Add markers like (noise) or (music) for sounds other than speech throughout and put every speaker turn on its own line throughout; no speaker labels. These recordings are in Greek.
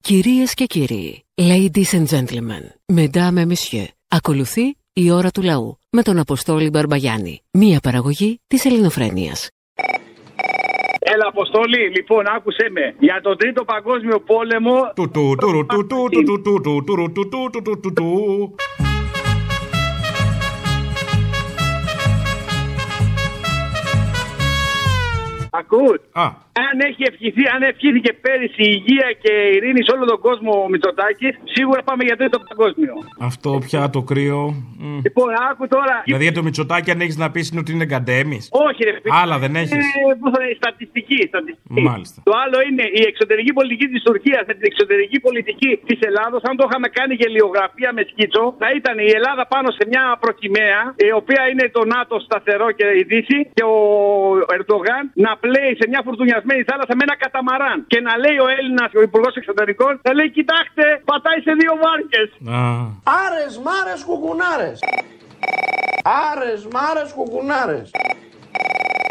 Κυρίες και κύριοι, ladies and gentlemen, mesdames et messieurs, ακολουθεί η ώρα του λαού με τον Αποστόλη Μπαρμπαγιάννη, μία παραγωγή της ελληνοφρένειας.
Έλα, Αποστόλη, λοιπόν, άκουσε με. Για τον Τρίτο Παγκόσμιο Πόλεμο.
Του του του του του του του του του του του του του του του του
Ακούς.
Α,
Αν έχει ευχηθεί, αν ευχήθηκε πέρυσι η υγεία και η ειρήνη σε όλο τον κόσμο ο Μητσοτάκης, σίγουρα πάμε για Τρίτο Παγκόσμιο.
αυτό πια το κρύο. Μμ.
Λοιπόν, άκου τώρα.
Δηλαδή για το Μητσοτάκι αν έχεις να πεις είναι ότι είναι καντέμις.
Όχι, ρε φίλε.
Άλλα δεν έχεις.
Ε, πού θα είναι, στατιστική, στατιστική.
Μάλιστα.
Το άλλο είναι η εξωτερική πολιτική της Τουρκίας με την εξωτερική πολιτική της Ελλάδος. Αν το είχαμε κάνει γελιογραφία με σκίτσο, θα ήταν η Ελλάδα πάνω σε μια προκυμαία, η οποία είναι το ΝΑΤΟ σταθερό και η Δύση, και ο Ερντογάν να πλέει σε μια φουρτουνιασμένη θάλασσα με ένα καταμαράν. Και να λέει ο Έλληνας, ο Υπουργός Εξωτερικών, θα λέει: Κοιτάξτε, πατάει σε δύο βάρκες.
Α,
Άρες, μάρες, κουκουνάρες. Άρες, μάρες, κουκουνάρες.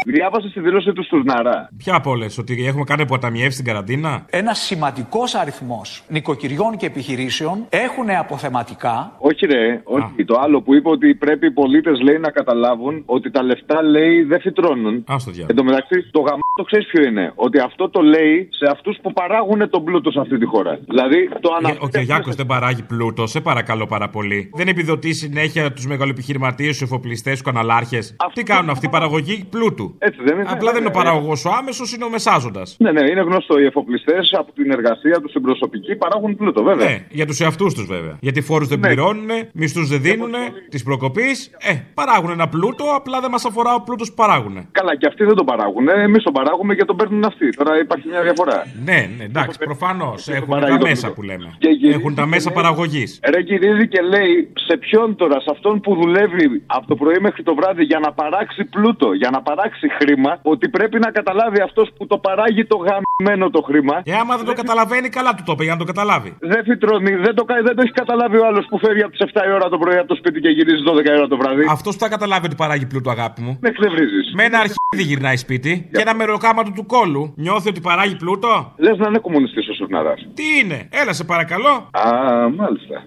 Διάβασα στη δήλωσή τους στους Ναρά.
ποια από όλες, ότι έχουμε κάνει αποταμιεύσει στην καραντίνα.
Ένας σημαντικός αριθμός νοικοκυριών και επιχειρήσεων έχουν αποθεματικά.
Όχι ρε, όχι. Το άλλο που είπε ότι πρέπει οι πολίτες λέει να καταλάβουν ότι τα λεφτά λέει δεν φυτρώνουν.
Ας το διάβολο.
Εν τω μεταξύ, το γαμ... το ξέρεις ποιο είναι. Ότι αυτό το λέει σε αυτούς που παράγουν τον πλούτο σε αυτή τη χώρα. Δηλαδή το ανα...
Ο Κυριάκο δεν παράγει πλούτο, σε παρακαλώ πάρα πολύ. Δεν επιδοτεί συνέχεια τους μεγαλοεπιχειρηματίες, τους εφοπλιστές, τους καναλάρχες. Τι κάνουν αυτοί, παραγωγή πλούτου.
Έτσι δεν είναι.
Απλά δεν είναι ο
Ε,
παραγωγός ο άμεσος, είναι ο μεσάζοντας.
Ναι, ναι, είναι γνωστό. Οι εφοπλιστές από την εργασία τους, την προσωπική, παράγουν πλούτο, βέβαια.
Ναι, για τους εαυτούς τους βέβαια. Γιατί φόρους δεν
Ναι.
πληρώνουν, μισθούς δεν δίνουν, της προκοπής. Ε, παράγουν ένα πλούτο, απλά δεν μας αφορά ο πλούτος που παράγουν.
Καλά, και αυτοί δεν τον παράγουν. Εμείς τον παράγουμε και τον παίρνουν αυτοί. Τώρα υπάρχει μια διαφορά.
Ναι, ναι, εντάξει, προφανώς.
Και
Έχουν
παράγει
τα
το
μέσα
πλούτο.
που λέμε.
Και γυρίζει
Έχουν τα
και
μέσα
λέει-
παραγωγής.
Ε, Ρε γυρίζει και λέει σε ποιον τώρα, σε αυτόν που δουλεύει από το πρωί μέχρι το βράδυ για να παράξει πλούτο, για να παράξει χρήμα, ότι πρέπει να καταλάβει αυτός που το παράγει το γαμμένο το χρήμα.
Ε, άμα δεν το καταλαβαίνει, καλά του το είπε για να το καταλάβει.
Δεν φυτρώνει, δεν το, κα- δεν το έχει καταλάβει ο άλλος που φεύγει από τις 7 η ώρα το πρωί από το σπίτι και γυρίζει 12 η ώρα το βράδυ.
Αυτός που θα καταλάβει ότι παράγει πλούτο, αγάπη μου.
Με εξευρίζει.
Με ένα αρχίδι γυρνάει σπίτι και ένα μεροκάμα του του κόλου. Νιώθει ότι παράγει πλούτο.
Λες να είναι κομμουνιστής ο Σουρναράς.
Τι είναι, έλα σε παρακαλώ.
Α, μάλιστα.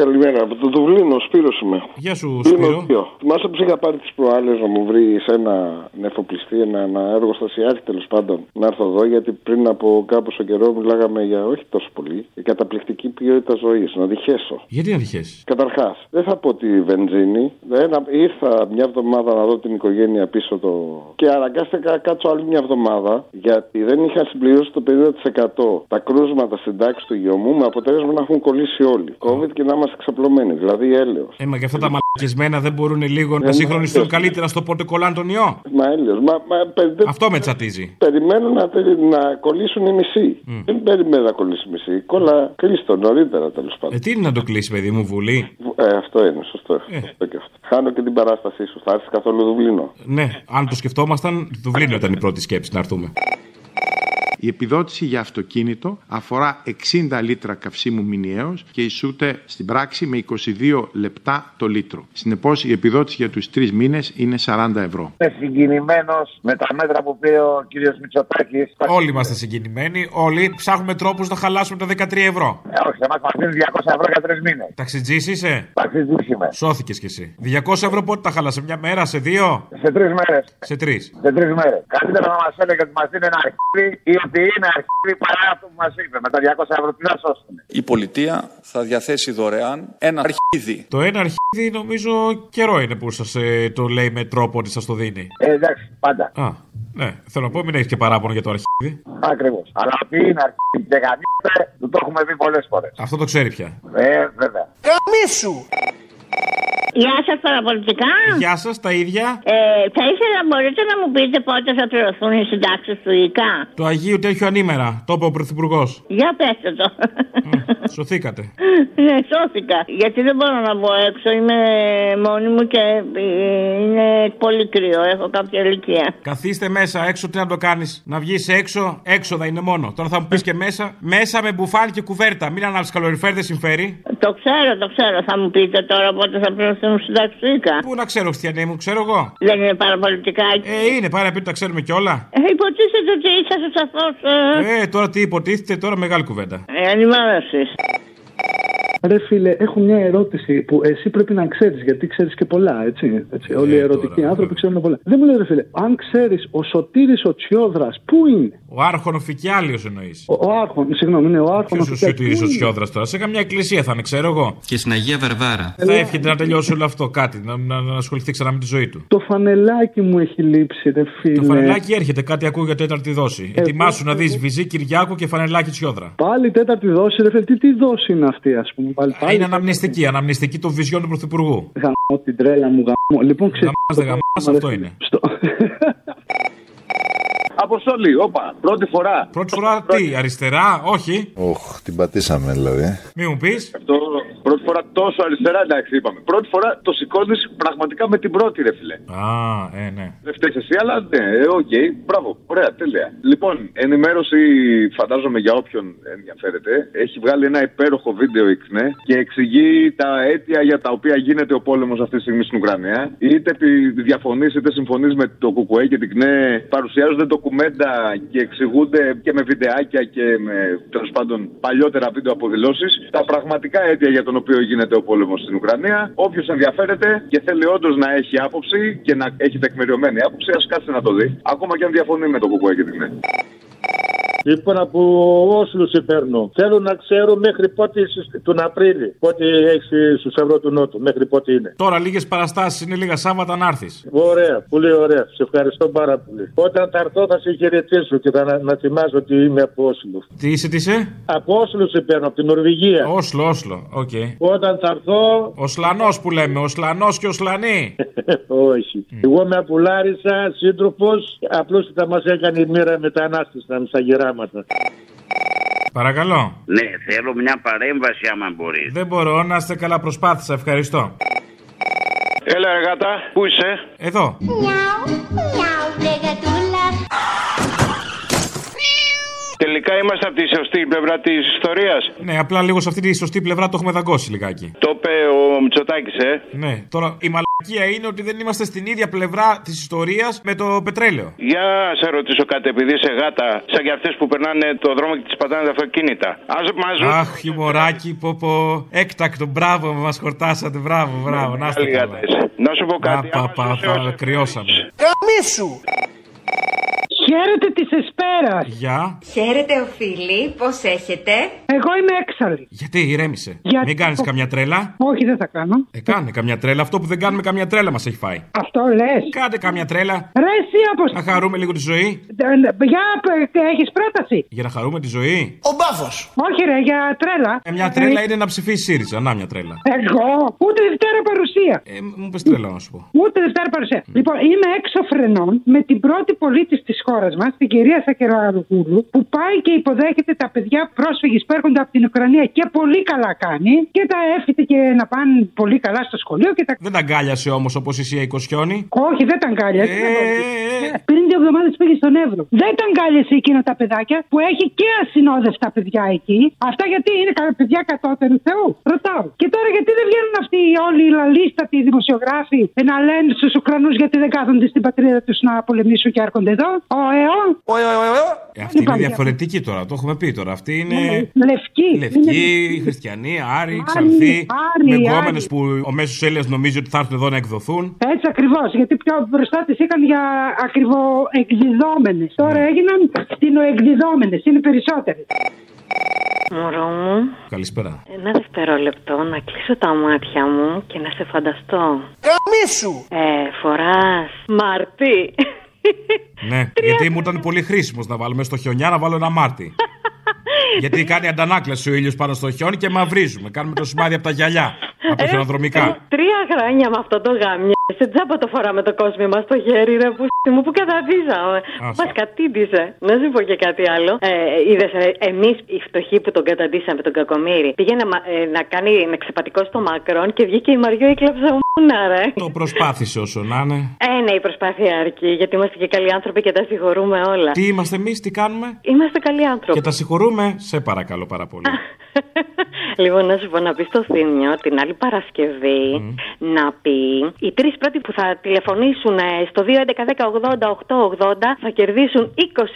Καλημέρα, από το Δουβλίνο, Σπύρος είμαι.
Γεια σου,
Δουβλίνο
Σπύρο.
2. Θυμάσαι που σε είχα πάρει τις προάλλες να μου βρεις ένα νεφοπλιστή, ένα, ένα εργοστασιάρχη τέλος πάντων να έρθω εδώ, γιατί πριν από κάποιο καιρό μιλάγαμε για όχι τόσο πολύ, για καταπληκτική ποιότητα ζωής, να διχέσω.
Γιατί να αρχέ.
Καταρχάς, δεν θα πω τη βενζίνη. Ένα, ήρθα μια εβδομάδα να δω την οικογένεια πίσω το. και αναγκάστηκα να κάτσω άλλη μια εβδομάδα γιατί δεν είχα συμπληρώσει το 50% τα κρούσματα στην τάξη του γιωμού με αποτέλεσμα να έχουν κολλήσει όλοι. COVID και να είμαστε ξαπλωμένοι, δηλαδή έλεος.
Ε, μα και αυτά τα μαλακισμένα δεν μπορούν λίγο να
Ε,
συγχρονιστούν
ναι.
καλύτερα στο πότε κολλάνε τον ιό.
Μα έλεος. Μα, μα πε- δεν-
Αυτό με τσατίζει.
Περιμένω να, τε- να κολλήσουν οι μισοί. Δεν περιμένω να κολλήσει η μισή. Κόλλα κλείστο νωρίτερα τέλος πάντων.
Ε, τι είναι να το κλείσει, παιδί μου, Βουλή.
Ε, αυτό είναι, σωστό.
Ε.
Αυτό και αυτό. Χάνω και την παράστασή σου. Θα έρθεις καθόλου Δουβλίνο.
Ναι, αν το σκεφτόμασταν, το Δουβλίνο ήταν η πρώτη σκέψη να έρθουμε.
Η επιδότηση για αυτοκίνητο αφορά 60 λίτρα καυσίμου μηνιαίως και ισούται στην πράξη με 22 λεπτά το λίτρο. Συνεπώς η επιδότηση για τους τρεις μήνες είναι 40 ευρώ.
Είμαι συγκινημένος με τα μέτρα που πήρε ο κύριος Μητσοτάκης.
Όλοι είμαστε συγκινημένοι, όλοι ψάχνουμε τρόπους να χαλάσουμε τα 13 ευρώ.
Ε, Όχι, θα μας δίνουν 200 ευρώ για τρεις μήνες.
Ταξιτζής είσαι.
Ταξιδί είμαι.
Σώθηκες κι εσύ. 200 ευρώ πότε τα χάλασε, μια μέρα, σε δύο,
Σε τρεις μέρες.
σε τρεις.
Σε τρεις μέρες. Καλύτερα να μας έλεγε ότι μας δίνει ένα αρχίδι ή ότι είναι αρχίδι παρά αυτό που μας είπε. Με τα 200 ευρώ τι να σώσουν.
Η πολιτεία θα διαθέσει δωρεάν ένα αρχίδι.
Το ένα αρχίδι νομίζω καιρό είναι που σας το λέει με τρόπο ότι σας το δίνει.
Ε, εντάξει, πάντα.
Α, ναι. Θέλω να πω, μην έχεις και παράπονο για το αρχίδι.
Ακριβώς. Αλλά ότι είναι αρχίδι και γαμίστε, του το έχουμε δει πολλές φορές.
Αυτό το ξέρει πια.
Ε, βέβαια.
Καμίσου.
Γεια σας, παραπολιτικά.
Γεια σας, τα ίδια.
Ε, θα ήθελα, μπορείτε να μου πείτε πότε θα πληρωθούν οι συντάξεις του ΙΚΑ.
Το Αγίου τέτοιο ανήμερα, το είπε ο Πρωθυπουργός.
(laughs)
Για πέστε το.
Σωθήκατε.
ναι, σώθηκα. Γιατί δεν μπορώ να βγω έξω. Είμαι μόνη μου και ε, είναι πολύ κρύο. Έχω κάποια ηλικία.
Καθίστε μέσα, έξω τι να το κάνεις. Να βγεις έξω, έξοδα είναι μόνο. Τώρα θα μου
Ε.
πεις και μέσα. Μέσα με μπουφάν και κουβέρτα. Μην ανάψεις καλοριφέρ, δεν συμφέρει.
Το ξέρω, το ξέρω. Θα μου πείτε τώρα πότε θα πληρωθούν τον συνταξίκα.
Πού να ξέρω, Χριστιανή μου, ξέρω εγώ.
Δεν είναι παραπολιτικά.
Ε, είναι, πάει να πει ότι τα ξέρουμε κιόλα.
Ε, υποτίθεται ότι είσαστε σαφώ. Ε,
Ε, τώρα τι υποτίθεται, τώρα μεγάλη κουβέντα.
ε, ενημέρωση.
Ρε φίλε, έχω μια ερώτηση που εσύ πρέπει να ξέρεις, γιατί ξέρεις και πολλά, έτσι. έτσι.
Ε,
όλοι οι ερωτικοί άνθρωποι ξέρουν πολλά. Δεν μου λέει, ρε φίλε, αν ξέρεις ο Σωτήρης ο Τσιόδρας, πού είναι.
Ο άρχον ο Φικιάλιος εννοείς.
Ο, ο Άρχον, συγγνώμη, είναι ο Άρχον.
Ποιος ο Σιωτήρη
Ναι.
ο Σιόδρα τώρα, σε καμιά εκκλησία θα είναι, ξέρω εγώ. Και στην Αγία Βερβάρα. Θα εύχεται να τελειώσει όλο αυτό κάτι, να, να, να ασχοληθεί ξανά με τη ζωή του.
Το φανελάκι μου έχει λείψει, ρε φίλε.
Το
Ναι.
φανελάκι έρχεται, κάτι ακούω για τέταρτη δόση.
Ε,
Ετοιμάσου να δει βυζί Κυριάκου και φανελάκι Τσιόδρα.
Πάλι τέταρτη δόση, ρε φίλε. Τι, τι δόση είναι αυτή, ας πούμε. Πάλι,
Α,
πάλι.
Είναι αναμνηστική, αναμνηστική των βυζιών του Πρωθυπουργού.
Γαμώ την τρέλα μου, γαμώ. Λοιπόν, ξέρει.
Γαμάς δεν γαμάς, αυτό είναι.
Αποστολή, όπα, πρώτη φορά.
Πρώτη φορά τι, Ε, αριστερά, όχι.
Οχ, την πατήσαμε δηλαδή.
Μη μου πεις.
Αυτό, πρώτη φορά τόσο αριστερά, εντάξει, είπαμε. Πρώτη φορά το σηκώνεις πραγματικά με την πρώτη, ρε φιλέ.
Α, ε, ναι.
Δεν φταίεις εσύ, αλλά ναι, ε, οκ, μπράβο, ωραία, τέλεια. Λοιπόν, ενημέρωση φαντάζομαι για όποιον ενδιαφέρεται. Έχει βγάλει ένα υπέροχο βίντεο η ΚΝΕ και εξηγεί τα αίτια για τα οποία γίνεται ο πόλεμος αυτή τη στιγμή στην Ουκρανία. Είτε διαφωνείς είτε συμφωνείς με το ΚΚΕ και την ΚΝΕ, παρουσιάζονται ντοκουμέντα και εξηγούνται και με βιντεάκια και με τέλος πάντων παλιότερα βίντεο αποδηλώσει. Τα πραγματικά αίτια για τον οποίο γίνεται ο πόλεμος στην Ουκρανία. Όποιος ενδιαφέρεται και θέλει όντως να έχει άποψη και να έχει τεκμηριωμένη άποψη, ας κάτσε να το δει. Ακόμα και αν διαφωνεί με το κουκουέ και την ΚΝΕ.
Λοιπόν, από Όσλο σε παίρνω. Θέλω να ξέρω μέχρι πότε είσαι τον Απρίλιο. Πότε έχεις στο Σαυρό του Νότου, μέχρι πότε είναι.
Τώρα λίγες παραστάσεις είναι λίγα Σάββατα να έρθεις.
Ωραία, πολύ ωραία. Σε ευχαριστώ πάρα πολύ. Όταν θα έρθω θα σε χαιρετήσω και θα να, να θυμάσαι ότι είμαι από Όσλο.
Τι είσαι, τι είσαι.
Από Όσλο σε παίρνω, από την Νορβηγία.
Όσλο, Όσλο, οκ.
Όταν θα έρθω.
Ο Σλανός που λέμε, ο Σλανός και ο Σλανή.
(laughs) Όχι. Εγώ με απουλάρισα, σύντροφος. Απλώς θα μας έκανε η μοίρα μετανάστες να στα γεράματα.
Παρακαλώ.
Ναι, θέλω μια παρέμβαση άμα μπορείς.
Δεν μπορώ, να είστε καλά, προσπάθησα, ευχαριστώ.
Έλα, εργάτα, πού είσαι?
Εδώ.
Τελικά είμαστε από τη σωστή πλευρά της ιστορίας.
Ναι, απλά λίγο σε αυτή τη σωστή πλευρά το έχουμε δαγκώσει λιγάκι.
Το είπε ο Μητσοτάκης, ε.
Ναι, τώρα η μαλακία είναι ότι δεν είμαστε στην ίδια πλευρά της ιστορίας με το πετρέλαιο.
Για σε ρωτήσω κάτι, επειδή είσαι γάτα, σαν και αυτές που περνάνε το δρόμο και τις πατάνε τα αυτοκίνητα. Ας μαζούν.
Αχ, χιουμοράκι, πω πω. Έκτακτο, μπράβο, μας χορτάσατε, μπράβο, μπράβο. Να είστε καλά.
Να σου πω
κάτι. Πα, πα, πα, κρυώσαμε.
Καμίσου! Χαίρετε της Εσπέρας.
Γεια.
Χαίρετε, ο Φίλη, πώς έχετε.
Εγώ είμαι έξαλλη.
Γιατί ηρέμησε.
Γιατί-
Μην κάνεις καμιά τρέλα.
Όχι, δεν θα κάνω.
Ε, κάνε καμιά τρέλα. Αυτό που δεν κάνουμε καμιά τρέλα μας έχει φάει.
Αυτό λες.
Κάντε καμιά τρέλα.
Ρε, εσύ από.
Να χαρούμε λίγο τη ζωή.
Για, έχεις πρόταση.
Για να χαρούμε τη ζωή.
Ο μπάφος. Όχι, ρε, για τρέλα.
Ε, μια τρέλα είναι να ψηφίσει ΣΥΡΙΖΑ. Να μια τρέλα.
Ε, Εγώ, ούτε Δευτέρα παρουσία.
Ε, μου πες τρέλα να σου πω.
Ούτε Δευτέρα παρουσία. Λοιπόν, είμαι έξω φρενών με την πρώτη πολίτης της χώρας μας, την κυρία Σακεραροπούλου, που πάει και υποδέχεται τα παιδιά πρόσφυγες που έρχονται από την Ουκρανία και πολύ καλά κάνει. Και τα έφυγε και να πάνε πολύ καλά στο σχολείο και τα.
Δεν τα αγκάλιασε όμως όπως εσύ η Εικοσιόνη.
Όχι, δεν τα αγκάλιασε. Ε, Πριν δύο εβδομάδες πήγε στον Εύρο. Δεν τα αγκάλιασε εκείνα τα παιδάκια που έχει και ασυνόδευτα παιδιά εκεί. Αυτά γιατί είναι κα- παιδιά κατώτερου Θεού. Ρωτάω. Και τώρα γιατί δεν βγαίνουν αυτοί οι όλοι οι λαλίστατοι δημοσιογράφοι ε, να λένε στους Ουκρανούς γιατί δεν κάθονται στην πατρίδα τους να πολεμήσουν και έρχονται εδώ. Ο ΕΟ. Λοιπόν, Ο
Ε, αυτή είναι διαφορετική τώρα, το έχουμε πει τώρα. Αυτή είναι.
Λευκή.
Λευκή, χριστιανή, άρη,
Άρη,
ξανθή.
Άρη,
Με γκόμενες
Άρη.
που ο μέσος Έλληνας νομίζει ότι θα έρθουν εδώ να εκδοθούν.
Έτσι ακριβώς. Γιατί πιο μπροστά τις είχαν για ακριβοεκδιδόμενες. Τώρα
Ναι.
έγιναν στινοεκδιδόμενε. Είναι περισσότερες.
Μωρό μου,
Καλησπέρα.
ένα δευτερόλεπτο να κλείσω τα μάτια μου και να σε φανταστώ. Καμίσου! Ε, φοράς μαρτί.
Ναι, γιατί μου ήταν πολύ χρήσιμος να βάλω μέσα στο χιονιά να βάλω ένα μάρτι. γιατί κάνει αντανάκλαση ο ήλιος πάνω στο χιόνι και μαυρίζουμε. Κάνουμε το σημάδι από τα γυαλιά, από τα χιονοδρομικά.
Τρία χρόνια με αυτό το γάμιο. Σε τζάμπα το φοράμε το κόσμο μα το χέρι, ρε που μου που καταδίζαμε.
Άστα.
Μας κατήντησε. Να σου πω και κάτι άλλο. Ε, Είδες, εμείς οι φτωχοί που τον καταντήσαμε, τον κακομίρι, πήγαινε μα- ε, να κάνει ένα ξεπατικό στο μακρόν και βγήκε η Μαριό η κλαψαμούνα, ρε.
Το προσπάθησε όσο να είναι.
Ε, ναι, η προσπάθεια αρκεί, γιατί είμαστε και καλοί άνθρωποι και τα συγχωρούμε όλα.
Τι είμαστε εμείς, τι κάνουμε.
Είμαστε καλοί άνθρωποι.
Και τα συγχωρούμε, σε παρακαλώ πάρα πολύ.
Λοιπόν, να σου πω να πεις στο Θήμιο την άλλη Παρασκευή να πει οι τρεις πρώτοι που θα τηλεφωνήσουν ε, στο 2.11.10.80.880 θα κερδίσουν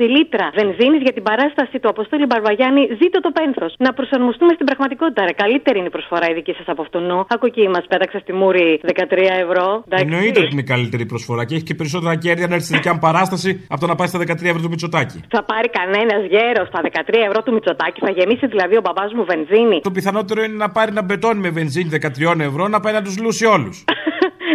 20 λίτρα βενζίνης για την παράσταση του Αποστόλη Μπαρβαγιάννη. Ζήτω το πένθο. Να προσαρμοστούμε στην πραγματικότητα. Ρε. Καλύτερη είναι η προσφορά η δική σας από αυτού. νου. Άκου εκεί μας πέταξε στη μούρη 13 ευρώ. Εντάξει.
Εννοείται ότι είναι η καλύτερη προσφορά και έχει και περισσότερα κέρδη αν έρθει στη δικιά μου παράσταση από το να πάει στα 13 ευρώ του Μητσοτάκη.
Θα πάρει κανένας γέρος στα 13 ευρώ του Μητσοτάκη, θα γεμίσει δηλαδή ο μπαμπάς μου βενζίνη.
Το πιθανότερο είναι να πάρει ένα μπετόνι με βενζίνη 13 ευρώ να πάει να τους λούσει όλους.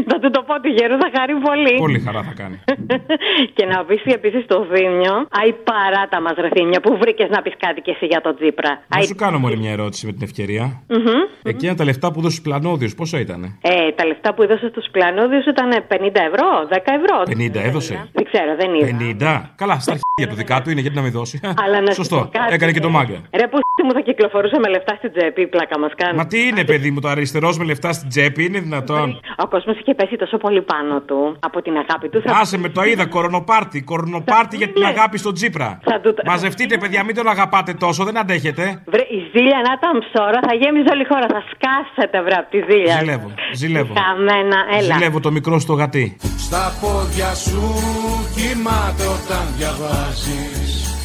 Θα του το πω του γέρου, θα χαρεί πολύ.
Πολύ χαρά θα κάνει.
(laughs) και να πεις επίσης το Θήμιο, αϊ παρά τα μας ρε Θήμιο, που βρήκες να πεις κάτι και εσύ για τον Τζίπρα.
Να
Αϊ,
σου κάνω μόλι μια ερώτηση με την ευκαιρία.
μμμ.
Εκείνα τα λεφτά που δώσει στους πλανόδιους, πόσα ήταν.
Ε, τα λεφτά που έδωσε στους πλανόδιους ήταν ε, 50 ευρώ, 10 ευρώ.
50 έδωσε.
Δεν ξέρω, δεν είδα.
50. Καλά, στα αρχίδια του δικά του είναι, γιατί να μην δώσει.
(laughs) Αλλά να σου πω
Σωστό.
κάτι,
Έκανε και το
ε.
μάγκα.
Ρε, πώ μου θα κυκλοφορούσε με λεφτά στην τσέπη, η πλάκα μας κάνει.
Μα τι είναι, παιδί μου, το αριστερό με λεφτά στην τσέπη, είναι δυνατόν.
Ο κόσμος είχε πέσει τόσο πολύ πάνω του από την αγάπη του. θα- Ναι.
Άσε με το είδα, κορονοπάρτι. Κορονοπάρτι για την αγάπη στον Τσίπρα.
Θα του-
Μαζευτείτε, παιδιά, μην τον αγαπάτε τόσο, δεν αντέχετε.
Βρε, η ζήλια να ήταν ψώρα, θα γέμιζε όλη η χώρα. Θα σκάσετε, βρε, από τη ζήλια.
Ζηλεύω, ζηλεύω.
Καμένα, έλα.
Ζηλεύω το μικρό στο γατί.
Στα πόδια σου κοιμάται όταν διαβάζεις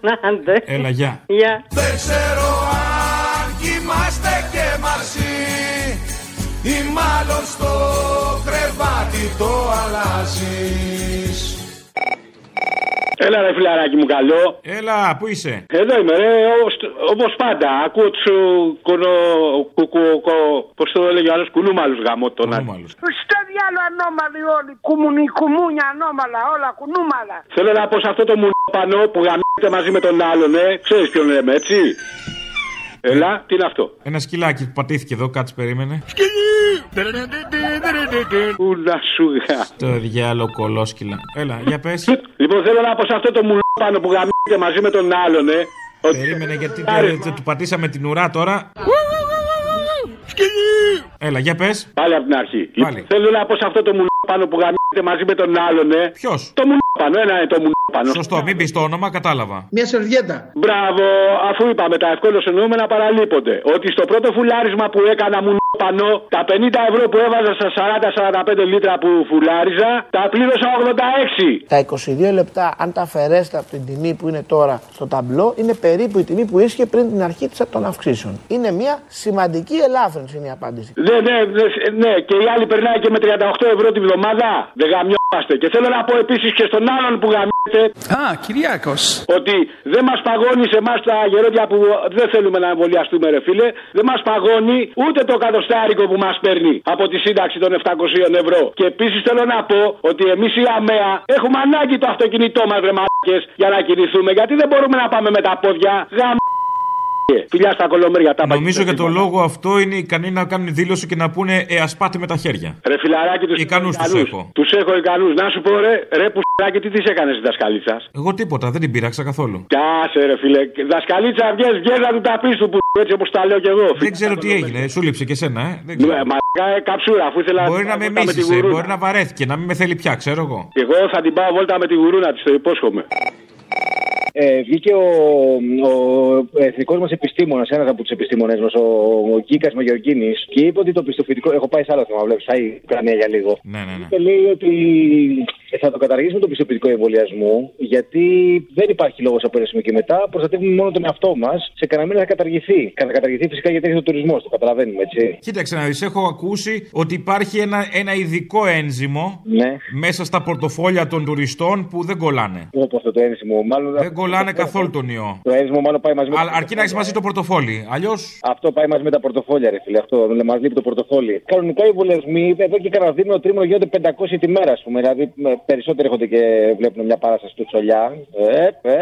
Να, ναι. άντε.
Έλα, γεια.
Γεια.
Δεν ξέρω αν κοιμάστε και μαζί ή μάλλον στο κρεβάτι το αλλάζεις.
Έλα ρε φιλαράκι μου καλό.
Έλα, πού είσαι.
Εδώ είμαι ρε, όπως- όπως πάντα. Ακούω τους ο, κονο... κουκου- κο- Πώς το έλεγε ο άλλος, κουλούμαλους γαμώ τον
Στο διάλο ανώμαλοι όλοι, κουμουνι, κουμούνια ανώμαλα, όλα κουνούμαλα.
Θέλω να πω σε αυτό το μουνόπανο που γαμίζεται μαζί με τον άλλον, ε. Ξέρεις ποιον λέμε, έτσι. Έλα, τι είναι αυτό.
Ένα σκυλάκι που πατήθηκε εδώ, κάτσε περίμενε.
Κούλα σου
Το διάλογο κολόσκυλα. Ε, Έλα, για πες.
Λοιπόν, θέλω να πω σε αυτό το μουνόπανο που γαμίζεται μαζί με τον άλλον, ε. Ότι-
Περίμενε γιατί
Άρεσμα.
τε- τε- του πατήσαμε την ουρά τώρα. Έλα, για πες.
Πάλι από την αρχή. Λοιπόν, Θέλω να πω σε αυτό το μουνόπανο που γαμίζεται μαζί με τον άλλον, ε.
Ποιος?
Το μουνόπανο, ένα είναι το μουνόπανο.
Σωστό, μην πεις το όνομα, κατάλαβα.
Μια σερβιέτα. Μπράβο, αφού είπαμε τα ευκόλω εννοούμενα παραλείπονται. Ότι στο πρώτο φουλάρισμα που έκανα μου πανώ, τα 50 ευρώ που έβαζα στα 40-45 λίτρα που φουλάριζα, τα πλήρωσα 86.
Τα 22 λεπτά, αν τα αφαιρέσετε από την τιμή που είναι τώρα στο ταμπλό, είναι περίπου η τιμή που ίσχυε πριν την αρχή της των αυξήσεων. Είναι μια σημαντική ελάφρυνση είναι η απάντηση.
Ναι, ναι, ναι, σ- ναι, και η άλλη περνάει και με 38 ευρώ τη βδομάδα. Δεν γαμιόμαστε. Και θέλω να πω επίσης και στον άλλον που γαμιέται. Α, Κυριάκος. Ότι δεν μας παγώνει σε εμάς τα γερόντια που δεν θέλουμε να εμβολιαστούμε, ρε φίλε. Δεν μας παγώνει ούτε το κατοστάρικο που μας παίρνει από τη σύνταξη των 700 ευρώ. Και επίσης θέλω να πω ότι εμείς οι ΑΜΕΑ έχουμε ανάγκη το αυτοκίνητό μας, ρε μαλάκες, για να κινηθούμε. Γιατί δεν μπορούμε να πάμε με τα πόδια. Γαμ... Ε, Φιλιά στα κολομέρια, τα
Νομίζω για το λόγο αυτό είναι ικανοί να κάνουν δήλωση και να πούνε Ε, ας πάτε με τα χέρια.
Ρε φιλαράκι τους ικανούς
τους έχω.
Τους έχω ικανούς. Να σου πω ρε, ρε που σ***άκι, τι τη έκανε η δασκαλίτσα.
Εγώ τίποτα, δεν την πείραξα καθόλου.
Κάσε ρε φίλε. Δασκαλίτσα βγες, βγες να του τα πεις του που έτσι όπως τα λέω κι εγώ.
Δεν ξέρω τι έγινε, σου λείψε και εσένα, ε. Δεν ξέρω.
Ναι, μαλάκα, ε, καψούρα, αφού ήθελα
Μπορεί να με
βόλτα με τη
μίσησε,
γουρούνα.
μπορεί να βαρέθηκε, να μην με θέλει πια, ξέρω εγώ.
Εγώ θα την πάω βόλτα με τη γουρούνα της, το υπόσχομαι.
Ε, βγήκε ο, ο εθνικός μας επιστήμονας, ένας από τους επιστήμονε μας, ο, ο Γκίκα Μαγιοργίνη, και είπε ότι το πιστοποιητικό. Έχω πάει σε άλλο θέμα, βλέπεις, θα η Ουκρανία για λίγο.
Ναι, ναι, ναι.
Και λέει ότι θα το καταργήσουμε το πιστοποιητικό εμβολιασμού, γιατί δεν υπάρχει λόγος από ένα σημείο και μετά. Προστατεύουμε μόνο τον εαυτό μας. Σε κανένα μήνα θα καταργηθεί. Θα καταργηθεί φυσικά γιατί έχει το τουρισμός, το καταλαβαίνουμε έτσι.
Κοίταξε να δεις, έχω ακούσει ότι υπάρχει ένα, ένα ειδικό ένζυμο
Ναι.
μέσα στα πορτοφόλια των τουριστών που δεν κολλάνε.
Όπως αυτό το ένσημο, μάλλον.
Δεν κολλάνε καθόλου τον ιό.
Το ένσημο μάλλον πάει μαζί με.
Αλλά αρκεί να έχεις μαζί το πορτοφόλι. Αλλιώς.
Αυτό πάει μαζί με τα πορτοφόλια, ρε φίλε. Αυτό μα λείπει το πορτοφόλι. Κανονικά οι βολεσμοί εδώ και κανένα δίμηνο τρίμηνο γίνονται 500 τη μέρα, ας πούμε. Δηλαδή με- περισσότεροι έρχονται και βλέπουν μια παράσταση του τσολιά. Ε, ε,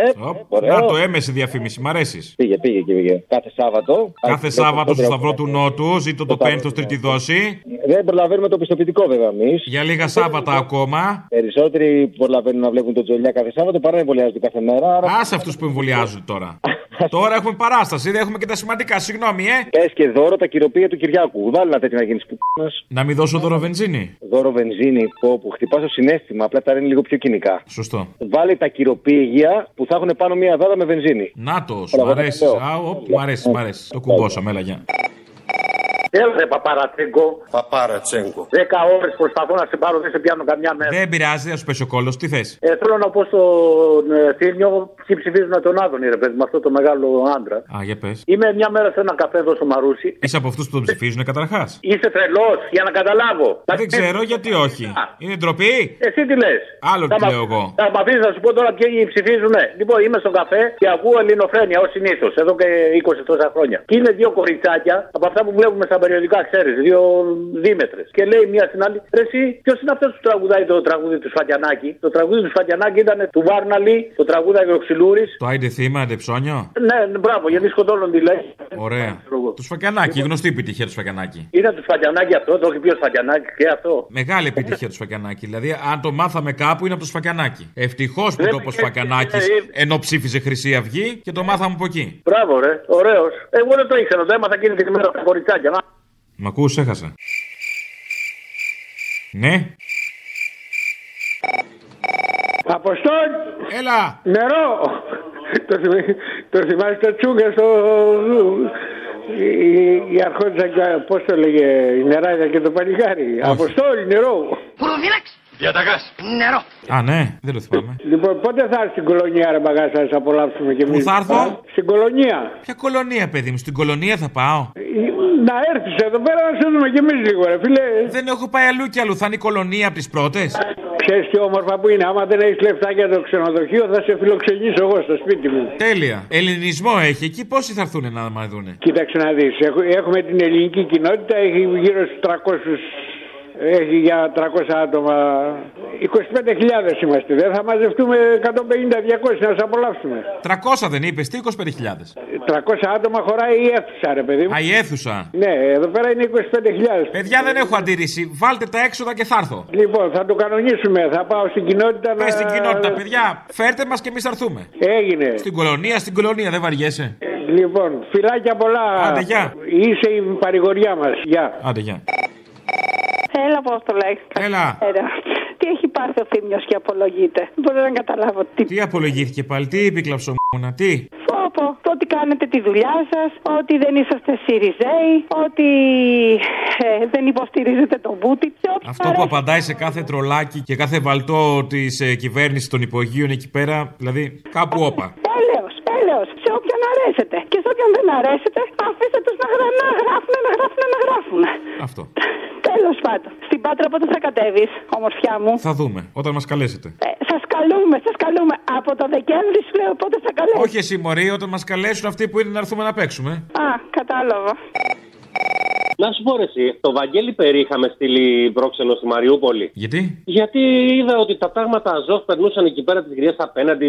ωραίο.
Να το έμεσης διαφήμιση, μ' αρέσεις.
Πήγε, πήγε και πήγε. Κάθε Σάββατο.
Κάθε
Βλέπω
Σάββατο στο
κόντρα-
Σταυρό του Νότου, ζήτω το πέμπτο τρίτη δόση.
Δεν προλαβαίνουμε το πιστοποιητικό βέβαια εμείς.
Για λίγα Σάββατα ακόμα.
Περισσότεροι προλαβαίνουν να βλέπουν το τσολιά κάθε Σάββατο παρά να εμβολιάζονται κάθε μέρα. Άρα... (laughs)
Α αυτούς που εμβολιάζουν τώρα. Τώρα έχουμε παράσταση, δεν έχουμε και τα σημαντικά. Συγγνώμη, ε.
Πες και δώρο τα κυροπία του Κυριάκου. Βάλει ένα τέτοιο να γίνεις που
Να μην δώσω δώρο βενζίνη.
Δώρο βενζίνη, πω που χτυπάς το συνέστημα, απλά τα είναι λίγο πιο κοινικά.
Σωστό.
Βάλε τα κυροπήγια που θα έχουν πάνω μια δάδα με βενζίνη.
Να το, σου μ' αρέσει. Α, οπ, μ' αρέσει, μ' αρέσει. Το κουμπώσαμε, έλα γεια.
Έλα, ρε, παπαρατσέγκο.
Παπαρατσέγκο.
Δέκα ώρες προσπαθώ να σε πάρω, δεν σε πιάνω καμιά μέρα.
Δεν πειράζει, θα σου πέσει ο κόλλο, τι θες.
Ε, θέλω να πω στον ε, Θήμιο ποιοι ψηφίζουν τον Άδωνη, ρε παιδί, με αυτό το μεγάλο άντρα.
Α, για πες.
Είμαι μια μέρα σε ένα καφέ εδώ στο Μαρούσι.
Είσαι από αυτούς που τον ψηφίζουν καταρχάς.
Είσαι τρελός, για να καταλάβω.
Δεν ξέρω γιατί όχι. Είναι ντροπή.
Εσύ τι λες.
Άλλο
Θα
τι
μα-
λέω εγώ.
Θα μ' αφήσεις να σου πω τώρα ποιοι ψηφίζουν. Λοιπόν, είμαι στον καφέ και ακούω ελληνοφρένεια ως συνήθως, εδώ και 20 τόσα χρόνια. Και είναι δύο κοριτσάκια από αυτά που βλέπουμε στα περιοδικά, ξέρεις, δύο δίμετρες. Και λέει μία στην άλλη, Ρε, εσύ, ποιος είναι αυτός που τραγουδάει το τραγούδι του Σφατιανάκη. Το τραγούδι του Σφατιανάκη ήταν του Βάρναλι, το τραγούδι ο Ξυλούρη.
Το άιντε θύμα, άντε ψώνιο.
Ναι, ναι, μπράβο, γιατί σκοτώνονται οι λέει.
Ωραία. Του Σφακιανάκη, γνωστή επιτυχία του Σφακιανάκη.
Είναι του Σφατιανάκη αυτό, το έχει πει ο Σφατιανάκη και αυτό.
Μεγάλη επιτυχία του Σφακιανάκη. Δηλαδή, αν το μάθαμε κάπου, είναι από το Σφακιανάκη. Ευτυχώς που το είπε ο Σφακιανάκη ενώ ψήφιζε Χρυσή Αυγή και το μάθαμε από εκεί.
Μπράβο, ρε, ωραίος. Εγώ δεν το ήξερα, το έμαθα εκείνη την ημέρα από τα κοριτσάκια. να.
Μ' ακούς, έχασα. Ναι.
Αποστόλ!
Έλα!
Νερό! το, θυμ- το θυμάστε το τσούγκα στο... Η, η αρχόντισσα, πώς το λέγε, η νεράγια και το παλικάρι. Αποστόλ, νερό!
Προφύλαξ! Διαταγάς! Νερό!
Α, ναι, δεν το θυμάμαι.
Λοιπόν, πότε θα έρθει στην κολονία, ρε μπαγάσα, να σε απολαύσουμε κι εμείς.
Πού θα έρθω?
Στην κολονία.
Ποια κολονία, παιδί μου, στην κολονία θα πάω.
Να έρθεις εδώ πέρα να σε δούμε κι εμείς λίγο, ρε φίλε.
Δεν έχω πάει αλλού κι αλλού, θα είναι η κολονία από τις πρώτες.
Ξέρεις τι όμορφα που είναι, άμα δεν έχεις λεφτά για το ξενοδοχείο θα σε φιλοξενήσω εγώ στο σπίτι μου.
Τέλεια. Ελληνισμό έχει εκεί, πόσοι θα έρθουν να μα δούνε.
Κοίταξε να δεις, Έχω- έχουμε την ελληνική κοινότητα, έχει γύρω στους 300, έχει για 300 άτομα, 25.000 είμαστε, δεν θα μαζευτούμε 150-200 να σας απολαύσουμε.
300 δεν είπες, τι 25.000.
300 άτομα χωράει η αίθουσα ρε παιδί μου.
Α, η αίθουσα.
Ναι, εδώ πέρα είναι 25.000.
Παιδιά, δεν έχω αντίρρηση. Βάλτε τα έξοδα και θα έρθω.
Λοιπόν, θα το κανονίσουμε, θα πάω στην κοινότητα
Πε
να...
στην κοινότητα, παιδιά, φέρτε μας και εμείς θα έρθουμε.
Έγινε.
Στην κολονία, στην κολονία, δεν βαριέσαι.
Λοιπόν, φιλάκια πολλά.
Άντε, γεια.
Είσαι η παρηγοριά μας, γεια.
Άντε, γεια.
Έλα, Απόστολα.
Έλα.
Τι έχει πάθει ο Θήμιος και απολογείται. Μπορώ να καταλάβω τι.
Τι απολογήθηκε πάλι, τι είπε η κλαψομούνα, τι.
Φόπο, το ότι κάνετε τη δουλειά σας, ότι δεν είσαστε ΣΥΡΙΖΕΙ, ότι ε, δεν υποστηρίζετε τον Πούτιν. και ό,τι
Αυτό που απαντάει σε κάθε τρολάκι και κάθε βαλτό της ε, κυβέρνησης των υπογείων εκεί πέρα, δηλαδή κάπου όπα.
Έλεος, έλεος, σε όποιον αρέσετε. Και σε όποιον δεν αρέσετε, αφήστε τους να, γρα- να γράφουν, να γράφουν, να γράφουν.
Αυτό.
Τέλος πάντων. Στην Πάτρα πότε θα κατέβεις, ομορφιά μου.
Θα δούμε όταν μας καλέσετε.
Ε, σας καλούμε, σας καλούμε. Από το Δεκέμβρη σου λέω πότε θα καλέσω.
Όχι εσύ, Μωρή, όταν μας καλέσουν αυτοί που είναι να έρθουμε να παίξουμε.
Α, κατάλαβα.
Να σου πω ρε εσύ, το Βαγγέλη Περί είχαμε στείλει πρόξενο στη Μαριούπολη.
Γιατί?
Γιατί είδα ότι τα πράγματα Αζόφ περνούσαν εκεί πέρα τις γριές απέναντι,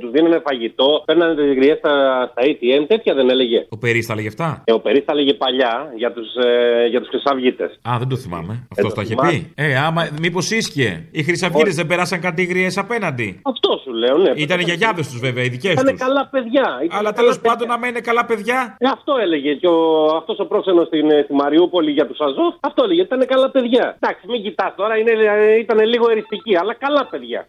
τους δίνανε φαγητό, παίρνανε τις γριές στα, στα ATM, τέτοια δεν έλεγε.
Ο Περί τα λέγε αυτά.
Ε, ο Περί θα έλεγε παλιά για τους ε, για τους χρυσαυγίτες.
Α, δεν το θυμάμαι. Αυτός
το
το είχε
θυμάμαι.
πει. Ε, άμα, μήπως ίσχυε. Οι χρυσαυγίτες
Όχι.
δεν περάσαν κάτι γριές απέναντι.
Αυτό σου λέω, ναι.
Ήταν οι γιαγιάδες τους βέβαια, οι δικές
Ήτανε
τους.
καλά παιδιά.
Αλλά τέλος πάντων, άμα είναι καλά παιδιά.
Ε, αυτό έλεγε και ο, αυτός ο πρόξενος στην, ε, στη Μαριούπολη για τους Αζόφ. Αυτό έλεγε, ήταν καλά παιδιά. Εντάξει, μην κοιτάς τώρα, είναι, ήταν λίγο εριστική, αλλά καλά παιδιά.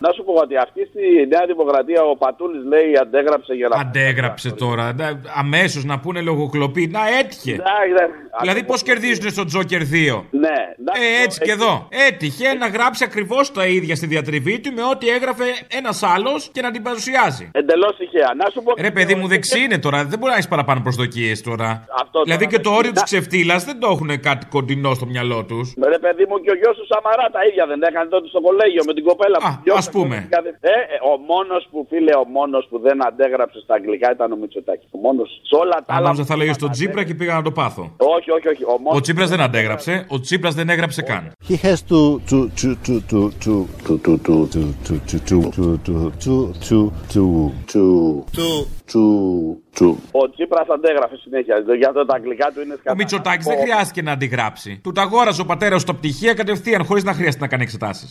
Να σου πω κάτι. Αυτή στη Νέα Δημοκρατία ο Πατούλης λέει αντέγραψε για να.
Αντέγραψε τώρα. Αμέσως να πούνε λογοκλοπή. Να έτυχε.
Εντάξει, εντάξει.
Δηλαδή, πώ κερδίζουν στο Τζόκερ 2.
Ναι,
Ε, έτσι και εδώ. Έτυχε να γράψει ακριβώς τα ίδια στη διατριβή του με ό,τι έγραφε ένας άλλος και να την παρουσιάζει.
εντελώς τυχαία. Να σου πω.
Ρε, παιδί μου, δεξί είναι τώρα. Δεν μπορεί να έχεις παραπάνω προσδοκίες τώρα.
Αυτό
Δηλαδή
τώρα,
και το
ναι.
όριο τη
Να-
ξεφτύλας δεν το έχουν κάτι κοντινό στο μυαλό τους.
Ρε παιδί μου και ο γιος του Σαμαρά τα ίδια δεν έκανε τότε στο κολέγιο με την κοπέλα που
ας πούμε.
Ε, ε, ο μόνος που φίλε, ο μόνος που δεν αντέγραψε στα αγγλικά ήταν ο Μητσοτάκης. Ο μόνος. Σε όλα τα άλλα.
Ανάμεσα θα λέγες στον Τσίπρα και πήγα να το πάθω.
Όχι, όχι, όχι. Ο, μόνος...
Ο Τσίπρας δεν αντέγραψε. Ο Τσίπρας δεν έγραψε καν.
He has to to to to to to to to to to to to to to to to to to to to to
ο Τσίπρας αντέγραφε συνέχεια. Για αυτό τα αγγλικά του είναι σκατά.
Ο Μητσοτάκης δεν χρειάστηκε να αντιγράψει. Του τα αγόραζε ο πατέρας του τα πτυχία κατευθείαν χωρίς να χρειάζεται να κάνει εξετάσεις.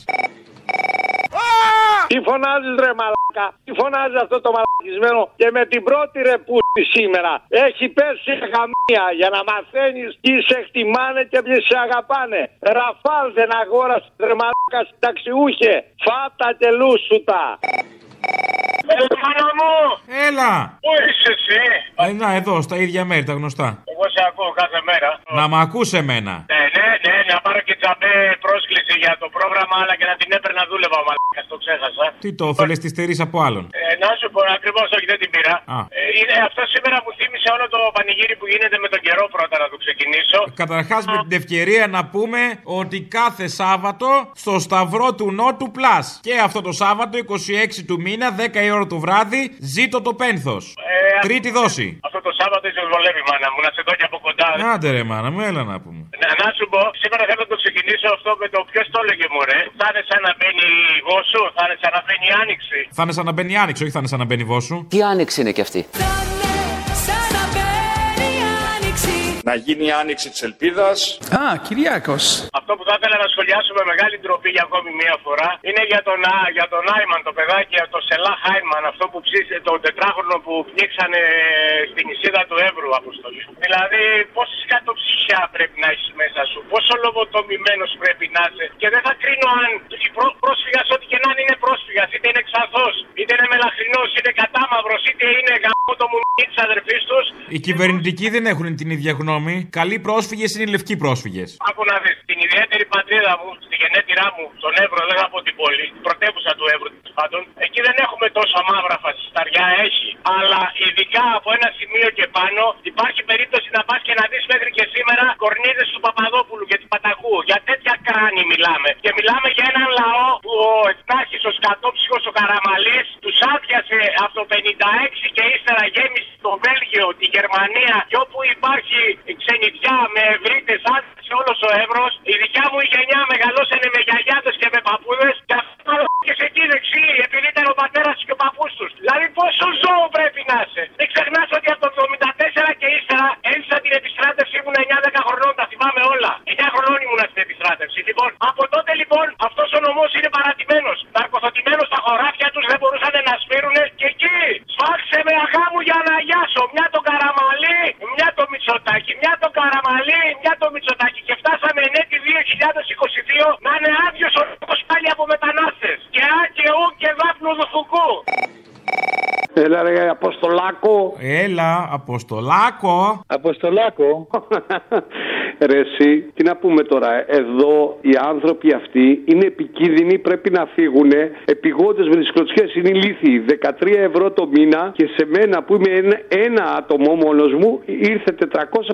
Τι φωνάζεις ρε μαλάκα. Τι φωνάζει αυτό το μαλακισμένο. Και με την πρώτη ρε που σήμερα έχει πέσει η γαμία για να μαθαίνεις τι σε εκτιμάνε και ποιοι σε αγαπάνε. Ραφάλ δεν αγόρασε ρε μαλάκα συνταξιούχε. Φάτα και λούσουτα.
Ε,
Έλα!
Πού είσαι εσύ,
Ε, να, εδώ, στα ίδια μέρη, τα γνωστά.
εγώ σε ακούω κάθε μέρα.
Να μ' ακούς εμένα.
Ναι, ναι, ναι, να πάρω και τζαμπέ πρόσκληση για το πρόγραμμα, αλλά και να την έπαιρνα δούλευα, μαλάκας, το ξέχασα.
Τι το θέλεις τη στερείς από άλλον.
Ε, να σου πω, ακριβώς όχι, δεν την πήρα.
Α.
Ε, είναι αυτό σήμερα που θύμισε όλο το πανηγύρι που γίνεται με τον καιρό πρώτα να το ξεκινήσω.
Καταρχάς με την ευκαιρία να πούμε ότι κάθε Σάββατο στο Σταυρό του Νότου Πλάς και αυτό το Σάββατο 26 του μήνα 10 η ώρα το βράδυ ζήτω το πένθος.
Ε,
Τρίτη δόση.
Αυτό το Σάββατο ίσω βολεύει, μάνα μου, να σε δω και από κοντά.
Άντε ρε μάνα μου, έλα να πούμε.
Να, να σου πω, σήμερα θέλω να το ξεκινήσω αυτό με το ποιος το έλεγε μου, ρε. Θα είναι σαν να μπαίνει η Βόσου, θα είναι σαν να μπαίνει η Άνοιξη.
Θα είναι σαν να μπαίνει η άνοιξη, όχι θα είναι σαν να μπαίνει η βόσου. Τι άνοιξη είναι και αυτή.
Να γίνει η άνοιξη της ελπίδας. Α, Κυριάκος.
Αυτό που θα ήθελα να σχολιάσω με μεγάλη ντροπή για ακόμη μία φορά είναι για τον, Α- για τον Άιμαν, το παιδάκι, το Σελά Χάιμαν, αυτό που ψήσε, το τετράχρονο που πνίξανε ε, στην νησίδα του Εύρου, αποστολή. Δηλαδή, πόση κατοψυχιά πρέπει να έχεις μέσα σου, πόσο λογοτομημένος πρέπει να είσαι. Και δεν θα κρίνω αν η προ- πρόσφυγας, ό,τι και να αν είναι πρόσφυγας, είτε είναι εξαθό, είτε είναι μελαχρινός, είτε κατάμαυρος, είτε είναι γαμό το μουνί της αδερφής τους.
Οι κυβερνητικοί δεν έχουν την ίδια γνώμη. Καλοί πρόσφυγες είναι οι λευκοί πρόσφυγες.
Άκου να δεις, την ιδιαίτερη πατρίδα μου, στη γενέτειρά μου, στον Εύρο, δεν θα πω την πόλη, πρωτεύουσα του Εύρου τέλος πάντων, εκεί δεν έχουμε τόσα μαύρα φασισταριά, έχει. Αλλά ειδικά από ένα σημείο και πάνω υπάρχει περίπτωση να πας και να δεις μέχρι και σήμερα κορνίδες του Παπαδόπουλου και του Παταγού. Για τέτοια κράνη μιλάμε. Και μιλάμε για έναν λαό που ο Ευτάρχης, ο Σκατόψυχος, ο Καραμαλής τους άδειασε από το 56 και ύστερα γέμισε το Βέλγιο, τη Γερμανία και όπου υπάρχει ξενιτιά με ευρύτες άδειασε όλος ο Εύρος. Η δικιά μου η γενιά μεγαλώσανε με γιαγιάδες και με παππούδες και αυτό και σε εκεί δεξί επειδή ήταν ο πατέρας τους και ο παππούς τους. Δηλαδή πόσο ζώο πρέπει να είσαι. Δεν ξεχνάς ότι από το 74 και ύστερα έζησα την επιστράτευση ήμουν 9-10 χρονών, τα θυμάμαι όλα. 9 χρονών ήμουν στην επιστράτευση. Λοιπόν, από τότε λοιπόν αυτός ο νομός είναι παρατημένος. Ναρκοθωτημένος στα χωράφια τους δεν μπορούσαν να σφύρουνε και εκεί. Σφάξε με αγά μου για να γιάσω. Μια το καραμαλί, μια το Μητσοτάκι, μια το καραμαλί, μια το Μητσοτάκι. Και φτάσαμε ναι, εν έτη 2022 να είναι άδειο ο νόμος πάλι από μετανάστες. Και α και ου και δάπνου δουφουκού.
Έλα ρε Αποστολάκο.
Έλα, Αποστολάκο.
Αποστολάκο. (laughs) Ρε εσύ, τι να πούμε τώρα, ε? εδώ οι άνθρωποι αυτοί είναι επικίνδυνοι, πρέπει να φύγουν. Επιγόντες βρισκοτσιές είναι ηλίθιοι. 13 ευρώ το μήνα και σε μένα που είμαι ένα, ένα άτομο μόνος μου ήρθε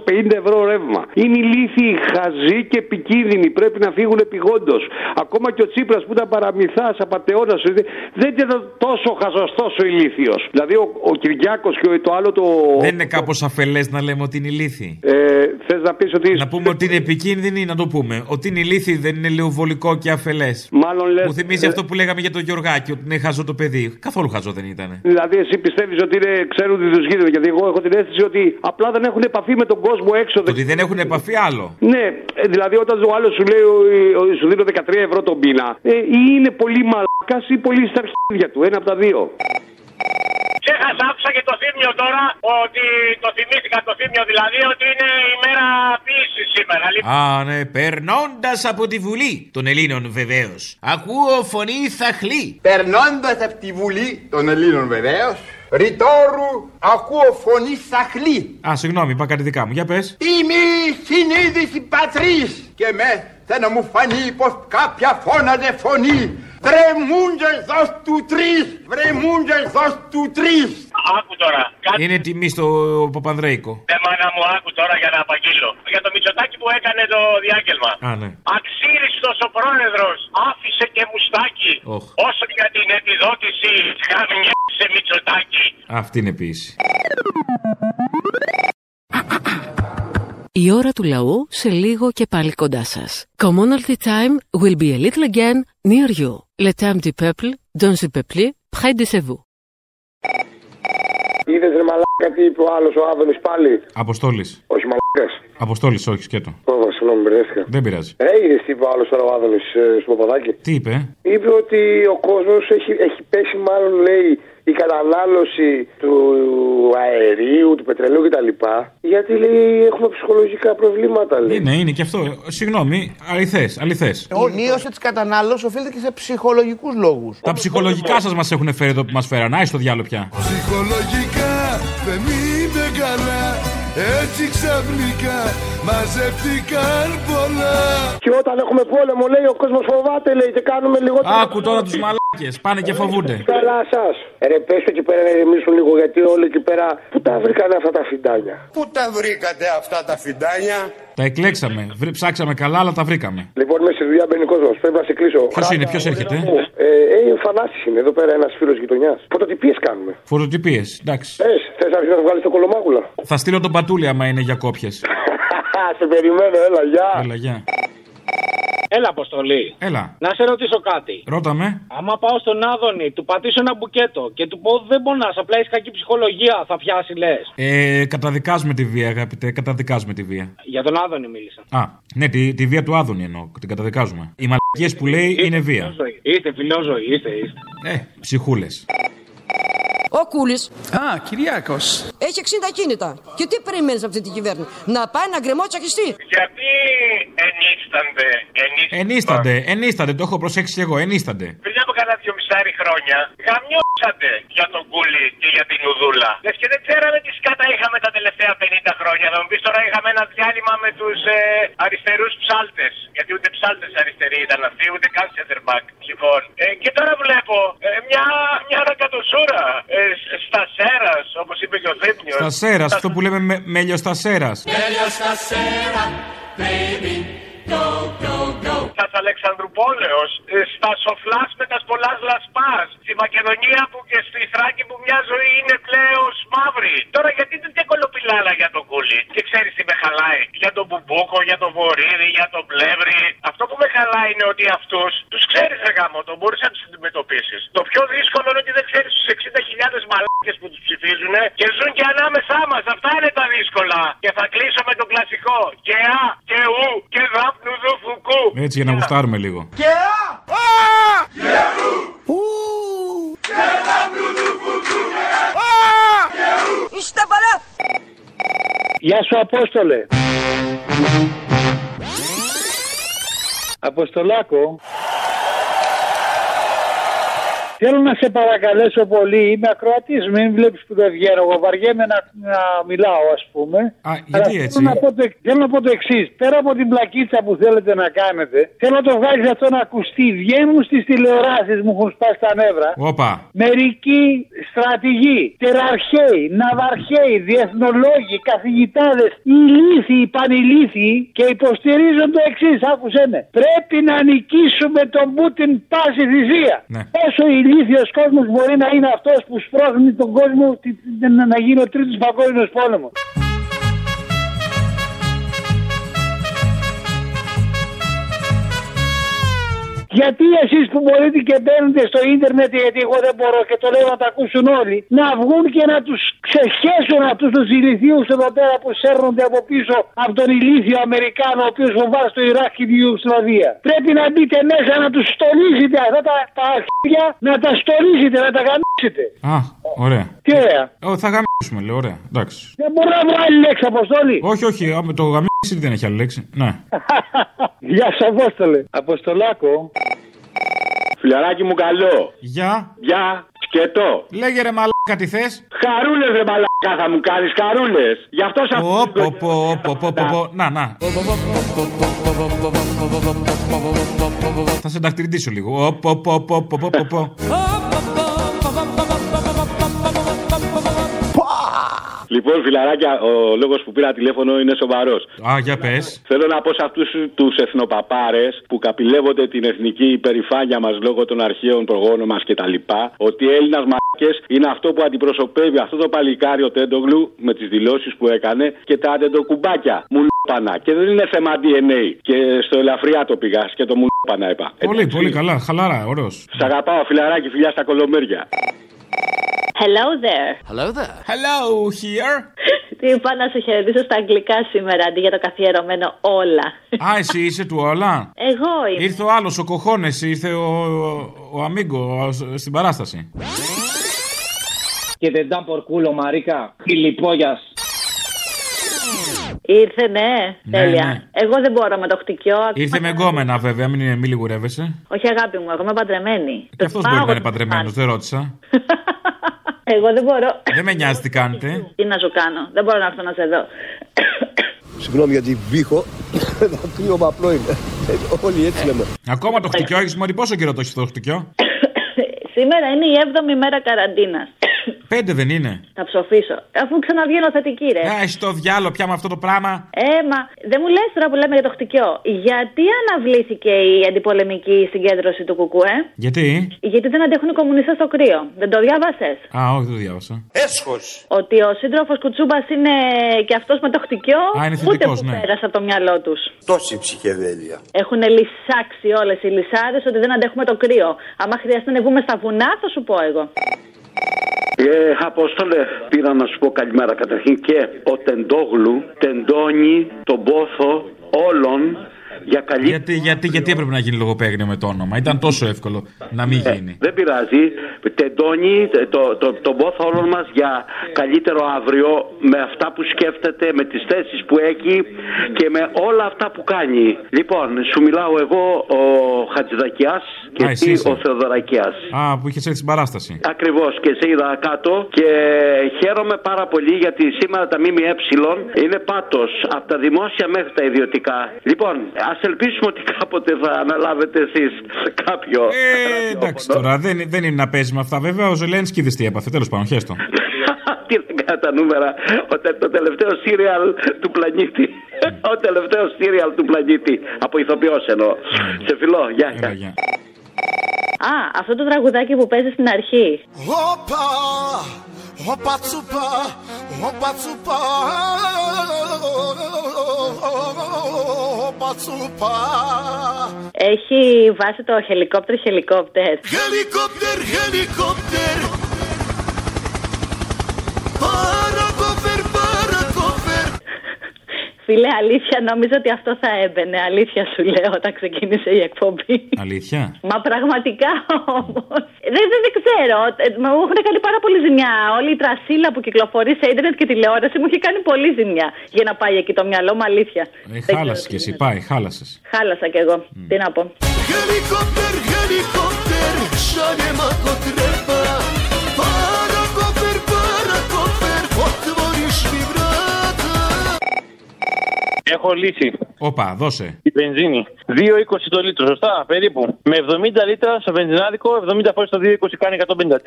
450 ευρώ ρεύμα. Είναι ηλίθιοι, χαζοί και επικίνδυνοι, πρέπει να φύγουν επιγόντως. Ακόμα και ο Τσίπρας που ήταν παραμυθάς, απατεώνας, δεν ήταν τόσο χαζός, τόσο ηλίθιος. Δηλαδή ο, ο Κυριάκος και το άλλο το...
Δεν είναι κάπως αφελές να λέμε ότι είναι ηλίθιοι.
Ε, θες να πεις ότι...
Να πούμε ότι είναι επικίνδυνοι, να το πούμε. Ότι είναι ηλίθιοι δεν είναι λεοβολικό και αφελές.
Μάλλον λες...
Μου θυμίζει
ε,
αυτό που λέγαμε για τον Γεωργάκη, ότι είναι χαζό το παιδί. Καθόλου χαζό δεν ήταν.
Δηλαδή, εσύ πιστεύεις ότι είναι, ξέρουν τι του γίνεται. Γιατί εγώ έχω την αίσθηση ότι απλά δεν έχουν επαφή με τον κόσμο έξω.
Ότι δεν έχουν επαφή άλλο.
Ναι, ε, δηλαδή όταν ο άλλος σου λέει ο- ο- σου δίνω 13 ευρώ τον πίνα, ε, ή είναι πολύ μαλακάς ή πολύ στα αρχίδια του. Ένα από τα δύο.
Ξέχασα, άκουσα και το θύμιο τώρα ότι το θυμήθηκα το θύμιο δηλαδή ότι είναι η μέρα ποιήση σήμερα. Λοιπόν,
Α, ναι, περνώντας από τη Βουλή των Ελλήνων βεβαίως. Ακούω φωνή θαχλή.
Περνώντας από τη Βουλή των Ελλήνων βεβαίως, ρητόρου ακούω φωνή θαχλή.
Α, συγγνώμη, είπα κάτι δικά μου. Για πες.
Είμαι η συνείδηση πατρίς και με θέλω μου φανεί πως κάποια φώναζε φωνή. Βρεμούντες δώσ' του τρεις, βρεμούντες δώσ' του τρεις.
Άκου τώρα.
Είναι τιμή στο Παπανδρέικο.
Ναι, μάνα μου, άκου τώρα για να απαγγείλω. Για το Μητσοτάκι που έκανε το διάγγελμα.
Α, ναι.
Αξίριστος ο πρόεδρος άφησε και μουστάκι.
Οχ.
Όσο για την επιδότηση χαμηλιάσε Μητσοτάκι.
Αυτή είναι ποιήση.
Η ώρα του λαού σε λίγο και πάλι κοντά σας. Commonalty time will be a little again near you. Le temps du peuple, dans le peuple, près de chez vous.
Είδες ρε μαλάκα τι είπε ο άλλος ο Άδωνης πάλι.
Αποστόλης.
Όχι μαλάκας.
Αποστόλης, όχι σκέτο.
Ω, συγγνώμη, μπερδεύτηκα.
Δεν πειράζει.
Ε, είδες τι είπε ο άλλος ο Άδωνης στο παπαδάκι.
Τι είπε,
Είπε ότι ο κόσμος έχει, έχει πέσει, μάλλον λέει, η κατανάλωση του αερίου, του πετρελαίου κτλ. Γιατί λέει έχουμε ψυχολογικά προβλήματα. Λέει.
Είναι, είναι και αυτό. Ε, Συγγνώμη, αληθές, αληθές.
Η μείωση της κατανάλωσης οφείλεται και σε ψυχολογικούς λόγους.
Τα ψυχολογικά σας μας έχουν φέρει εδώ που μας φέραν. Άι στο διάλογο πια.
Ψυχολογικά δεν είναι καλά Έτσι ξαφνικά μαζεύτηκαν πολλά
Και όταν έχουμε πόλεμο, λέει ο κόσμος φοβάται, λέει και κάνουμε λιγότερο.
Άκου τώρα τους μαλάκες. Πάνε και φοβούνται.
Καλά σας. Ρε πες εκεί πέρα να ηρεμήσουν λίγο γιατί όλοι εκεί πέρα που τα βρήκαν αυτά τα φιντάνια.
Πού τα βρήκατε αυτά τα φιντάνια
Τα εκλέξαμε. Βρε- Ψάξαμε καλά, αλλά τα βρήκαμε.
Λοιπόν, μέσα στη δουλειά μπαίνει κόσμος. Πρέπει να σε κλείσω.
Ποιος είναι, ποιος έρχεται.
Ε, ε, φανάσεις είναι εδώ πέρα ένας φίλος γειτονιάς. Φωτοτυπίες κάνουμε.
Φωτοτυπίες, εντάξει.
Πες, θες να βγει να βγάλει το κολομάγουλα.
Θα στείλω τον πατούλη άμα είναι για κόπιες.
(laughs) σε περιμένω, έλα, γεια.
Έλα, γεια.
Έλα, Αποστολή.
Έλα.
Να σε ρωτήσω κάτι.
Ρώτα με.
Άμα πάω στον Άδωνη, του πατήσω ένα μπουκέτο και του πω δεν πονάς, απλά έχεις κακή ψυχολογία, θα πιάσει λες.
Ε, καταδικάζουμε τη βία, αγαπητέ. Καταδικάζουμε τη βία.
Για τον Άδωνη μίλησα.
Α, ναι, τη, τη βία του Άδωνη εννοώ. Την καταδικάζουμε. Οι μαλακίες που λέει είναι βία.
Είστε φιλόζωοι, είστε, είστε.
Ε, ψυχούλες.
Ο Κούλης
Α, Κυριάκος.
έχει 60 κίνητα. Και τι περιμένεις από αυτή την κυβέρνηση, Να πάει να γκρεμότσακιστεί.
Γιατί ενίστανται, ενίστανται.
Ε, Ενίστανται, ενίστανται, το έχω προσέξει και εγώ, ενίστανται.
Πριν από καλά δυο μισάρι χρόνια, γαμιώσατε για τον κούλι και για την ουδούλα. Λες και δεν ξέραμε τι σκάτα είχαμε τα τελευταία 50 χρόνια. Θα μου πεις τώρα είχαμε ένα διάλειμμα με τους ε, αριστερούς ψάλτες. Γιατί ούτε ψάλτες αριστεροί ήταν αυτοί, ούτε καν σέντερμπακ. Λοιπόν, ε, και τώρα βλέπω ε, μια, μια ανακατοσούρα ε, σ- στα σέρας, όπως είπε και ο Θήμιος.
Στα σέρας, αυτό που λέμε με, μέλιο στα σέρας.
Τέλειος τα σέρα baby Go, go, go
Στα Αλεξανδρουπόλεω, ε, στα Σοφλάς με τα Σπολά Λασπάς, στη Μακεδονία που και στη Θράκη που μια ζωή είναι πλέον μαύρη. Τώρα γιατί δεν και κολοπιλάλα για τον κούλι. Και ξέρεις τι με χαλάει. Για τον Μπουμπούκο, για τον Βορύδη, για τον Πλεύρη. Αυτό που με χαλάει είναι ότι αυτούς τους ξέρεις ρε γάμο, τον μπορείς να τους αντιμετωπίσεις. Το πιο δύσκολο είναι ότι δεν ξέρεις τους 60.000 μαλάκες που τους ψηφίζουν και ζουν και ανάμεσά μας. Αυτά είναι τα δύσκολα. Και θα κλείσω με τον κλασικό. Και α, και ου, και δάπνου δου φουκού.
Έτσι για να γουστάρουμε λίγο.
Και α, α Και ου Και τα
Είστε παλά!
Γεια σου Απόστολε. Αποστολάκο. Θέλω να σε παρακαλέσω πολύ, είμαι ακροατής, μην βλέπεις που δεν βγαίνω, εγώ βαριέμαι να, να μιλάω ας πούμε. Α,
γιατί έτσι?
Θέλω να πω το, θέλω να πω το εξής, πέρα από την πλακίτσα που θέλετε να κάνετε, θέλω να το βγάλεις αυτό να ακουστεί, βγαίνουν στις τηλεοράσεις, μου έχουν σπάσει τα νεύρα.
Όπα.
Μερικοί στρατηγοί, τεραρχαίοι, ναυαρχαίοι, διεθνολόγοι, καθηγητάδες, ηλίθιοι, πανηλήθιοι και υποστηρίζουν το εξής. Άκουσε με. Πρέπει να νικήσουμε τον Πούτιν πάση θυσία. Όσο ηλίθιο κόσμος μπορεί να είναι αυτός που σπρώχνει τον κόσμο τη- τη- να- να γίνει ο τρίτος παγκόσμιος πόλεμος. Γιατί εσείς που μπορείτε και μπαίνετε στο ίντερνετ, γιατί εγώ δεν μπορώ και το λέω να τα ακούσουν όλοι, να βγουν και να τους ξεχέσουν αυτούς τους ηλικίου εδώ πέρα που σέρνονται από πίσω από τον ηλίθιο Αμερικάνο, ο οποίος φοβάται στο Ιράκ και τη Ιουγκοσλαβία. Πρέπει να μπείτε μέσα να τους στολίζετε αυτά τα, τα αρχίδια, να τα στολίζετε, να τα γαμίσετε.
Α, ωραία.
Τι ωραία.
Ω, θα γαμίσουμε, λέω, ωραία. Εντάξει.
Δεν μπορώ να βρω άλλη λέξη, Αποστόλη.
Όχι, όχι, α, με το γαμίσι δεν έχει άλλη λέξη. Ναι.
Γεια σας, Απόστολε. Αποστολάκο.
Φιλαράκι μου καλό.
Γεια.
Γεια. Σκέτο.
Λέγε ρε μαλάκα τι θες.
Χαρούλες ρε μαλάκα θα μου κάνεις χαρούλες. Γι' αυτό σας πω.
Να, να. Θα σε νταχτυρντήσω λίγο. Ω, πο, πο, πο, πο, πο, πο, πο.
Λοιπόν, φιλαράκια, ο λόγος που πήρα τηλέφωνο είναι σοβαρός.
Α, για πες.
Θέλω να πω σε αυτούς τους εθνοπαπάρες που καπηλεύονται την εθνική υπερηφάνεια μας λόγω των αρχαίων προγόνων μας κτλ. Ότι Έλληνα μαρκέ είναι αυτό που αντιπροσωπεύει αυτό το παλικάρι ο Τέντογλου με τις δηλώσεις που έκανε και τα αντεντοκουμπάκια. Μουλόπανα. Και δεν είναι θέμα DNA. Και στο ελαφριά το πήγα και το μουλόπανα
Ε,
είπα.
Πολύ, πολύ καλά. Χαλαρά, ωραίος.
Σ' αγαπάω, φιλαράκι, φιλιά στα κολομέρια.
Hello there.
Hello there.
Hello here. Τι είπα να σε χαιρετήσω στα αγγλικά σήμερα αντί για το καθιερωμένο όλα.
Α, εσύ είσαι του όλα.
Εγώ είμαι.
Ήρθε ο άλλος, ο Κοχώνες, ήρθε ο, ο Αμίγκο ο- στην παράσταση.
Και δεν τα πορκούλο, Μαρίκα. Η λιπόγιας.
Ήρθε, ναι.
Ναι,
Τέλεια.
ναι. Ε,
Εγώ δεν μπορώ με το χτυκιό. ακόμα
Ήρθε
και-
με γκόμενα βέβαια, μην, μην λιγουρεύεσαι.
Όχι, αγάπη μου, εγώ είμαι παντρεμένη.
Και αυτό μπορεί να είναι παντρεμένο, δεν ρώτησα.
Εγώ δεν μπορώ.
Δεν με νοιάζει τι κάνετε.
Τι να σου κάνω, δεν μπορώ να έρθω να σε δω.
Συγγνώμη γιατί βήχω. Ένα κρύωμα απλό είναι. Όλοι έτσι λέμε.
Ακόμα το χτυκιό έχεις μόλι πόσο καιρό το έχεις το χτυκιό.
Σήμερα είναι η 7η μέρα καραντίνας.
Πέντε δεν είναι.
Θα ψοφήσω. Αφού ξαναβγαίνω θετική, ρε.
Α, Έχει το διάλογο πια με αυτό το πράγμα.
Ε, μα δεν μου λες τώρα που λέμε για το χτυκιό. Γιατί αναβλήθηκε η αντιπολεμική συγκέντρωση του Κουκουέ,
Γιατί.
Γιατί δεν αντέχουν οι κομμουνιστές στο κρύο. Δεν το διάβασες.
Α, όχι, δεν το διάβασα.
Έσχος. Ότι ο σύντροφος Κουτσούμπας είναι και αυτός με το χτυκιό.
Α, είναι
ούτε
θετικός,
που
ναι.
πέρασε από το μυαλό τους.
Τόση ψυχεδέλεια.
Έχουν λυσάξει όλες οι λυσάρες ότι δεν αντέχουμε το κρύο. Άμα χρειαστεί να βγούμε στα βουνά, θα σου πω εγώ.
Ε, Απόστολε, πήρα να σου πω καλημέρα καταρχήν και ο Τεντόγλου τεντώνει τον πόθο όλων για καλή...
Γιατί, γιατί, γιατί έπρεπε να γίνει λογοπαίγνιο με το όνομα. Ήταν τόσο εύκολο να μην γίνει.
Δεν πειράζει, τεντώνει ε, το, το, τον πόθο όλων μας για καλύτερο αύριο με αυτά που σκέφτεται, με τις θέσεις που έχει και με όλα αυτά που κάνει. Λοιπόν, σου μιλάω εγώ ο Χατζηδακιάς και
Α, εσύ
εσύ
είσαι.
ο Θεοδωρακιάς.
Α, που είχες έρθει στην παράσταση.
Ακριβώς και σε είδα κάτω και χαίρομαι πάρα πολύ γιατί σήμερα τα ΜΜΕ είναι πάτος από τα δημόσια μέχρι τα ιδιωτικά. Λοιπόν, ας ελπίσουμε ότι κάποτε θα αναλάβετε εσείς κάποιο.
Ε, εντάξει τώρα, δεν, δεν είναι να παίζει με αυτά. Βέβαια, ο Ζελένσκι είδε τι έπαθε. Τέλος πάντων, χέστο.
(laughs)
Ναι.
Τι να κάνω τα νούμερα. Ο τε- το τελευταίο σύριαλ του πλανήτη. (laughs) Ο τελευταίο σύριαλ του πλανήτη. Από ηθοποιός εννοώ. Σε φιλό, γεια. γεια.
Α, αυτό το τραγουδάκι που παίζεις στην αρχή.
Όπα, όπα τσούπα, όπα τσούπα, όπα τσούπα.
Έχει βάσει το χελικόπτερ, χελικόπτερ.
Χελικόπτερ, χελικόπτερ. Παρακόφερ, παρακόφερ.
Φίλε, αλήθεια, νόμιζα ότι αυτό θα έμπαινε. Αλήθεια σου λέω όταν ξεκίνησε η εκπομπή.
Αλήθεια.
Μα πραγματικά όμως. Δεν, δεν, δεν ξέρω. Ε, Μου έχουν κάνει πάρα πολύ ζημιά. Όλη η τρασίλα που κυκλοφορεί σε ίντερνετ και τηλεόραση μου έχει κάνει πολύ ζημιά. Για να πάει εκεί το μυαλό μου, αλήθεια.
Ε,
Δεν ξέρω
χάλασες
τι
κι εσύ,
γίνεται.
πάει, χάλασες.
Χάλασα κι εγώ. Τι να πω.
Helicopter, helicopter, šalje mako treba Parakofer, parakofer, otvoriš mi vrata
Έχω λύση.
Όπα, δώσε.
Η βενζίνη. 2,20 το λίτρο, σωστά, περίπου. Με 70 λίτρα στο βενζινάδικο, 70 φορές το 2,20 κάνει 154.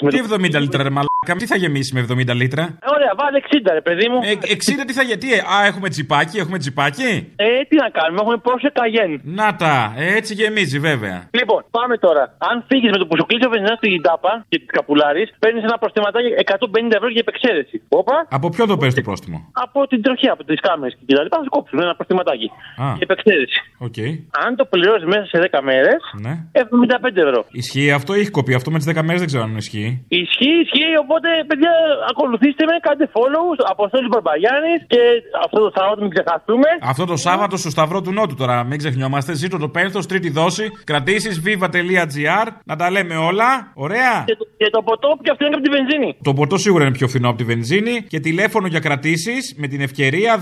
Με το- Ε,
Τι 70 λίτρα, ρε μαλάκα, τι θα γεμίσει με 70 λίτρα.
Ωραία, βάλε 60, ρε παιδί μου.
Ε, 60 τι θα γιατί, ε, α, έχουμε τσιπάκι, έχουμε τσιπάκι.
Ε, τι να κάνουμε, έχουμε πόσε καγέν.
Να τα, ε, έτσι γεμίζει βέβαια.
Λοιπόν, πάμε τώρα. Αν φύγεις με το που σου κλείσει ο βενζινάς του Γιντάπα και της καπουλάρης, παίρνεις ένα προστιματάκι 150 ευρώ για επεξαίρεση. Όπα,
Από ποιο το παίρνεις το πρόστιμο.
από την τροχιά, από τις κάμερες και τα λοιπά, θα σου κόψουν ένα προστιματάκι.
Α,
Για επεξαίρεση.
οκ.
Αν το πληρώσεις μέσα σε 10 μέρες,
Ναι.
75 ευρώ.
Ισχύει αυτό ή έχει κοπεί. Αυτό με τι 10 μέρες δεν ξέρω αν ισχύει.
Ισχύει, ισχύει. Οπότε, παιδιά, ακολουθήστε με, κάντε follow. Αποστόλης Μπαρμπαγιάννης και αυτό το Σάββατο μην ξεχαστούμε.
Αυτό το Σάββατο στο Σταυρό του Νότου τώρα, μην ξεχνιόμαστε. Ζήτω το πένθος, τρίτη δόση. Κρατήσεις viva.gr. Να τα λέμε όλα. Ωραία.
Και το, και το ποτό και αυτό είναι από τη βενζίνη.
Το ποτό σίγουρα είναι πιο φθηνό από τη βενζίνη. Και τηλέφωνο για κρατήσεις με την ευκαιρία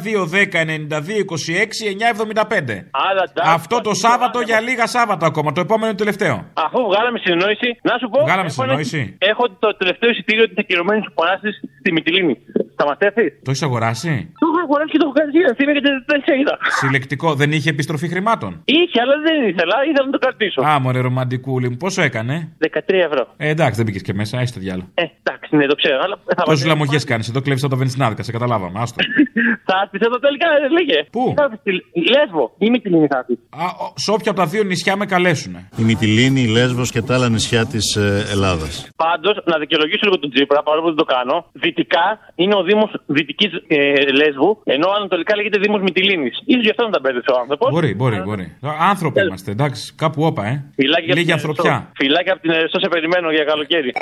210-92-26-975.
Άρα, τα-
Αυτό το Σάββατο για λίγα Σάββατα ακόμα. Το επόμενο είναι το τελευταίο.
Αφού βγάλαμε συνεννόηση, να σου πω.
Βγάλαμε
έχω ένα-
συνεννόηση.
Έχω το τελευταίο εισιτήριο της ακυρωμένης σου στη Μιτιλίνη. Θα μας έρθει.
Το έχεις αγοράσει.
Το έχω αγοράσει και το έχω κάνει σήμερα. Θύμη και δεν- δεν ξέγιδα.
Συλλεκτικό. Δεν είχε επιστροφή χρημάτων.
Είχε, αλλά δεν ήθελα. Ήθελα να το κρατήσω.
Α, μωρέ, ρομαντικούλη μου. Πόσο έκανε.
13 ευρώ.
Ε, εντάξει, δεν μπήκες και μέσα. Άιστε διάλο.
Ε, εντάξει, ναι, το ξέρω. Αλλά θα
Τόσες λαμογές κάνεις. Εδώ κλέβεις από τα βενζινάδικα. Σε καταλάβαμε. Άστο.
Θα έρθεις εδώ τελικά, ε, λέγε. Πού? (laughs) Θα έρθεις στη Λέσβο ή Μιτιλίνη θα έρθεις.
Σε όποια από τα δύο νησιά με καλέσουνε.
Η Μυτιλίνη, η Λέσβος και τα άλλα νησιά της ε, Ελλάδας.
Πάντως, να δικαιολογήσω λίγο τον Τζίπρα, παρόλο που δεν το κάνω. Δυτικά είναι ο Δήμος Δυτικής ε, Λέσβου, ενώ ανατολικά λέγεται Δήμος Μιτιλίνη. σω γι' αυτό να τα μπέρδεψε ο άνθρωπος.
Μπορεί, μπορεί, μπορεί. Άνθρωποι είμαστε, εντάξει. Κάπου όπα, ε.
Φυλάκια από την
Λίγη ανθρωπιά.
Ερυθρό. Φυλάκια από την Ερυθρό, σε περιμένω για καλοκαίρι.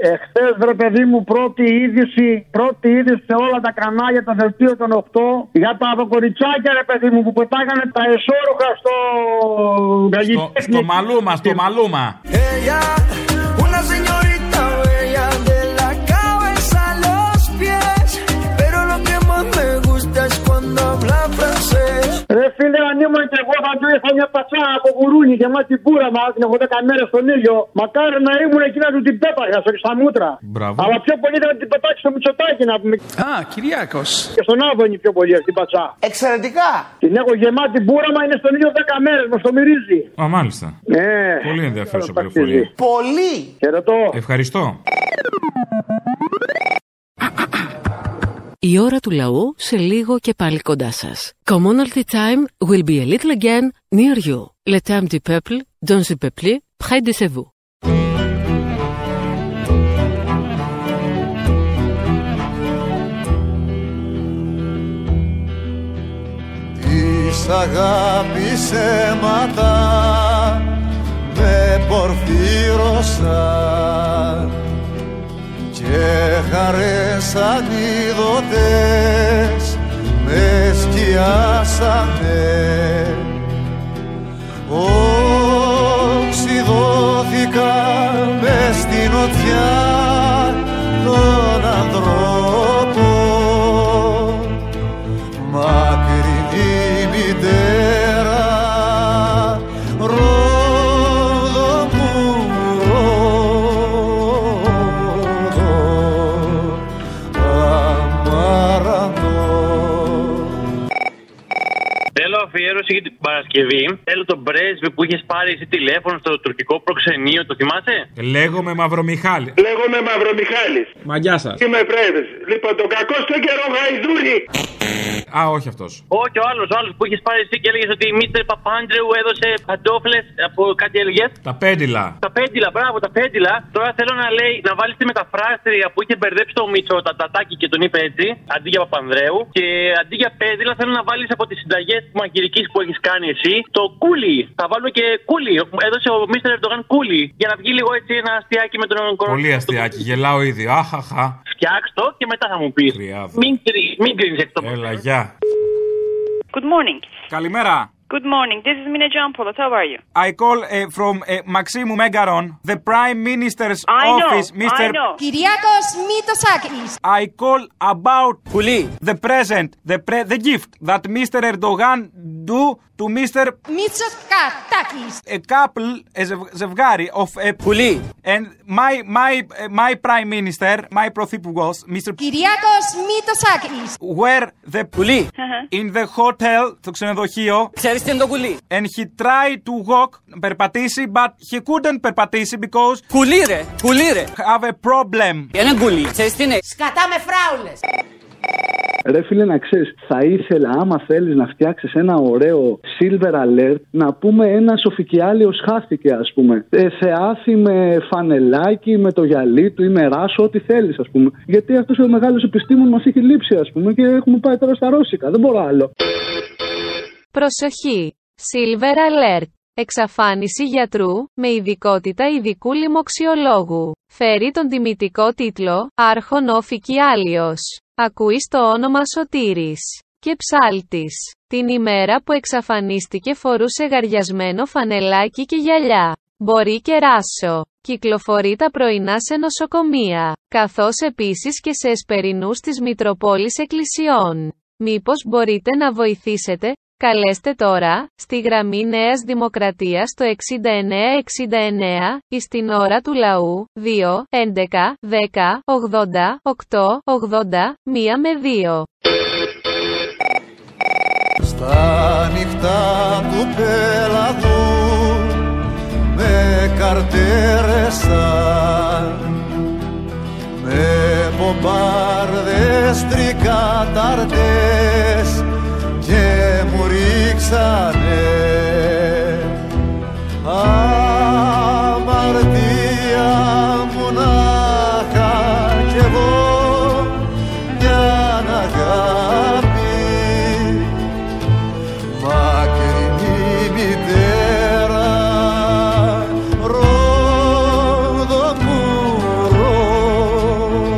Ε,
Εχθές, βρε παιδί μου, πρώτη είδηση, πρώτη είδηση σε όλα τα κανάλια, τα δελτίο των 8, για τα αποκοριτσάκια, ρε παιδί μου, που πετάγανε τα εσόρουχα στο.
Στο, στο μαλούμα, στο μαλούμα.
Ella, una señorita bella de la cabeza a los pies. Pero lo que más me gusta es cuando habla francés.
Ρε φίλε, αν ήμουν και εγώ θα του είχα μια πατσά από γουρούνι και μας την κούρα μας, την 80 μέρες στον ήλιο. Μακάρι να ήμουν εκεί να του την πέταγα στο- στα μούτρα.
Μπράβο.
Αλλά πιο πολύ θα την πετάξει στο Μητσοτάκι να πούμε. Α, Κυριάκος. Και στον Άβωνη πιο πολύ αυτή την πατσά. Εξαιρετικά. Την έχω γεμάτη μπούραμα, είναι στον ήλιο 10 μέρες, μας το μυρίζει.
Α, μάλιστα.
Ναι.
Πολύ ενδιαφέρουσα πληροφορία.
Πολύ. Χαιρετώ.
Ευχαριστώ.
Η ώρα του λαού σε λίγο και πάλι κοντά σας. Commonalty time will be a little again near you. Le temps du peuple, dans le peuple, près de chez vous.
Της αγάπης αίματα με πορφύρωσαν και χαρές ανίδωτες με σκιάσανε οξυδώθηκα μες στην οθιά των ανθρώπων μακρινή μητέρα Ρόδο μου Ρόδο Αμαραντώ
Θέλω αφιέρωση για την Παρασκευή. Θέλω τον πρέσβη που είχες πάρει εσύ τηλέφωνο στο τουρκικό προξενείο, το θυμάσαι?
Λέγομαι Μαυρομιχάλης.
Λέγομαι Μαυρομιχάλης.
Μαγιά σας.
Είμαι πρέσβης. Λοιπόν, τον κακό στον καιρό γαϊδούρι.
Α, όχι αυτός.
Όχι, ο άλλος ο άλλος που είχες πάρει εσύ και έλεγες ότι η Μίτσερ Παπάντρεου έδωσε παντόφλες από κάτι έλεγες.
Τα πέντυλα.
Τα πέντυλα, μπράβο, τα πέντυλα. Τώρα θέλω να λέει να βάλεις τη μεταφράστρια που είχε μπερδέψει το Μίτσο τα τατάκι και τον είπε έτσι, αντί για Παπανδρέου. Και αντί για πέντυλα θέλω να βάλεις από τις συνταγές τη μαγειρικής που έχεις κάνει εσύ το κούλι. Θα βάλουμε και κούλι. Έδωσε ο Μίστερ Ερντογάν κούλι. Για να βγει λίγο έτσι ένα αστείακι με τον κορονοϊό.
Πολύ αστείακι, γελάω ήδη. Αχαχα.
Φτιάξ' το και μετά θα μου πεις. Μην, κρι- μην κρίνεις εκ των
Έλα, γεια.
Good morning.
Καλημέρα.
Good morning. This is Mina Giampolo. How are you?
I call uh, from uh, Maximu Megaron, the Prime Minister's
I know,
office, Mr.
I know.
Κυριάκος Μητσοτάκης.
I call about the present, the pre- the gift that Mr. Erdogan do to Mr.
Μητσοτάκης.
a couple, a zev- zevgari of a puli. And my my uh, my prime minister, my prothipugos, Mr.
Κυριάκος Μητσοτάκης.
where the puli (laughs) in the hotel, το ξενοδοχείο. Ξέρεις τι είναι το κουλί. And he tried to walk, περπατήσει, but he couldn't περπατήσει because... Κουλί ρε, κουλί ρε. Have a problem. Είναι κουλί, ξέρεις τι είναι.
Σκατά με φράουλες.
Ρε φίλε να ξέρεις, θα ήθελα άμα θέλεις να φτιάξεις ένα ωραίο silver alert να πούμε ένα σοφικιάλιος χάθηκε ας πούμε. Ε, θεάθη με φανελάκι, με το γυαλί του ή με ράσο, ό,τι θέλεις ας πούμε. Γιατί αυτός ο μεγάλος επιστήμον μας έχει λείψει ας πούμε και έχουμε πάει τώρα στα ρώσικα, δεν μπορώ άλλο.
Προσοχή! Silver Alert. Εξαφάνιση γιατρού, με ειδικότητα ειδικού λοιμοξιολόγου. Φέρει τον τιμητικό τίτλο, Άρχον Όφικη Άλιος. Ακούει το όνομα Σωτήρης. Και ψάλτης. Την ημέρα που εξαφανίστηκε φορούσε γαριασμένο φανελάκι και γυαλιά. Μπορεί και ράσο. Κυκλοφορεί τα πρωινά σε νοσοκομεία. Καθώς επίσης και σε εσπερινούς της Μητροπόλης Εκκλησιών. Μήπως μπορείτε να βοηθήσετε, Καλέστε τώρα, στη γραμμή Νέας Δημοκρατίας το 6969, ή στην ώρα του λαού, 2, 11, 10, 80, 8, 80, 1 με 2.
Στα νυχτά του πελαδού με καρτέρεσαν με μπομπάρδες τρικαταρτές και μου ρίξανε αμαρτία μονάχα κι εγώ μιαν αγάπη μακρινή μητέρα Ρόδο μου, Ρόδο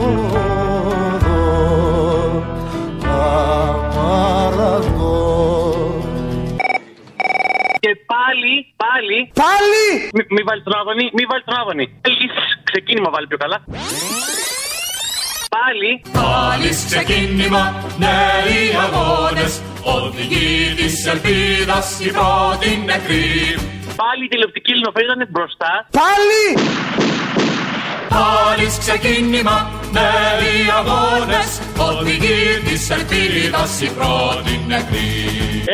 Μη βάλεις τον άδωνη, μη βάλεις τον άδωνη. Πάλι ξεκίνημα βάλει πιο καλά. Πάλι.
Πάλις ξεκίνημα, νέοι αγώνες Οδηγεί της ελπίδας η πρώτη νεκρή
Πάλι η τηλεοπτική ελληνοφρένεια ήταν μπροστά.
Πάλι! Πάλι ξεκίνημα, νέοι αγώνες Οδηγεί της ελπίδας η πρώτη νεκρή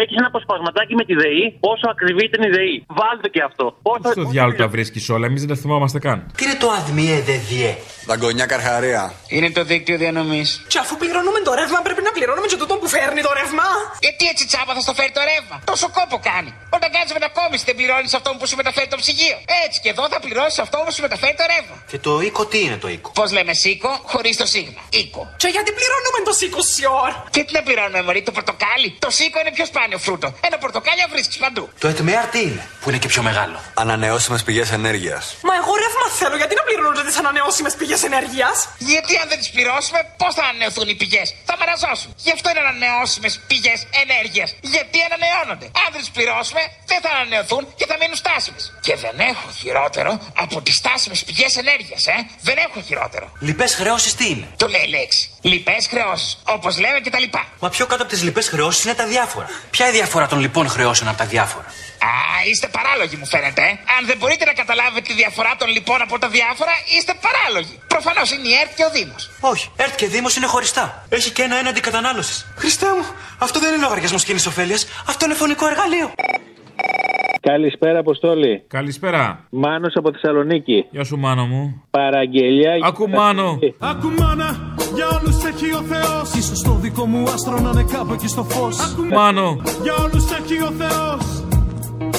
Έχεις ένα αποσπασματάκι με τη ΔΕΗ. Πόσο ακριβή ήταν η ΔΕΗ. Βάλτε και αυτό. Πόσο...
Στο διάλογο τα βρίσκεις όλα, εμείς δεν τα θυμόμαστε καν.
Τι είναι το αδμιέ δε διέ.
Δαγκονιά καρχαρία.
Είναι το δίκτυο διανομής.
Και αφού πληρώνουμε το ρεύμα, πρέπει να πληρώνουμε και τούτον που φέρνει το ρεύμα.
Γιατί έτσι τσάπα θα στο φέρει το ρεύμα. Τόσο κόπο κάνει. Όταν κάνεις μετακόμιση δεν πληρώνεις αυτόν που σου μεταφέρει το ψυγείο. Έτσι και εδώ θα πληρώσεις αυτό που σου μεταφέρει το ρεύμα. Και το οίκο τι είναι το οίκο. Πώς λέμε σίκο χωρίς το σίγμα. Οίκο.
Και γιατί πληρώνουμε το 20 ώρα.
Και τι να πληρώνουμε μωρή, το πορτοκάλι. Το σίκο είναι πιο σπάνιο φρούτο. Ένα πορτοκάλι βρίσκει παντού. Το ΕΤΜΕΑΡ τι είναι. Που είναι και πιο μεγάλο.
Ανανεώσιμες πηγές ενέργειας.
Μα εγώ ρεύμα θέλω, γιατί να πληρώνονται τις ανανεώσιμες πηγές ενέργειας. Γιατί αν δεν τις πληρώσουμε, πώς θα ανανεωθούν οι πηγές. Θα μαραζώσουν. Γι' αυτό είναι ανανεώσιμες πηγές ενέργειας. Γιατί ανανεώνονται. Αν δεν τις πληρώσουμε, δεν θα ανανεωθούν και θα μείνουν στάσιμες. Και δεν έχω χειρότερο από τις στάσιμες πηγές ενέργειας, ε. Δεν έχω χειρότερο. Λοιπέ χρεώσεις τι είναι. Το λέει η λέξη. Λοιπέ χρεώσεις. Όπως λέμε και τα λοιπά. Μα πιο κάτω από τις λοιπέ χρεώσεις είναι τα διάφορα. Ποια είναι η διαφορά των λοιπών χρεώσεων από τα διάφορα. Α, είστε παράλογοι μου φαίνεται. ε. Αν δεν μπορείτε να καταλάβετε τη διαφορά των λοιπόν από τα διάφορα, είστε παράλογοι. Προφανώς είναι η ΕΡΤ και ο Δήμος. Όχι, ΕΡΤ και Δήμος είναι χωριστά. Έχει και ένα έναντι κατανάλωση. Χριστέ μου, αυτό δεν είναι λογαριασμός κοινή ωφέλειας, αυτό είναι φωνικό εργαλείο.
Καλησπέρα, Αποστόλη.
Καλησπέρα.
Μάνος από Θεσσαλονίκη.
Γεια σου, μάνο μου.
Παραγγελιά.
Ακού, Μάνο.
Ακού,
Μάνα, για όλους έχει ο Θεός Ίσως το δικό μου άστρο να είναι κάπου εκεί στο φως
Μάνο.
Για όλους έχει ο Θεός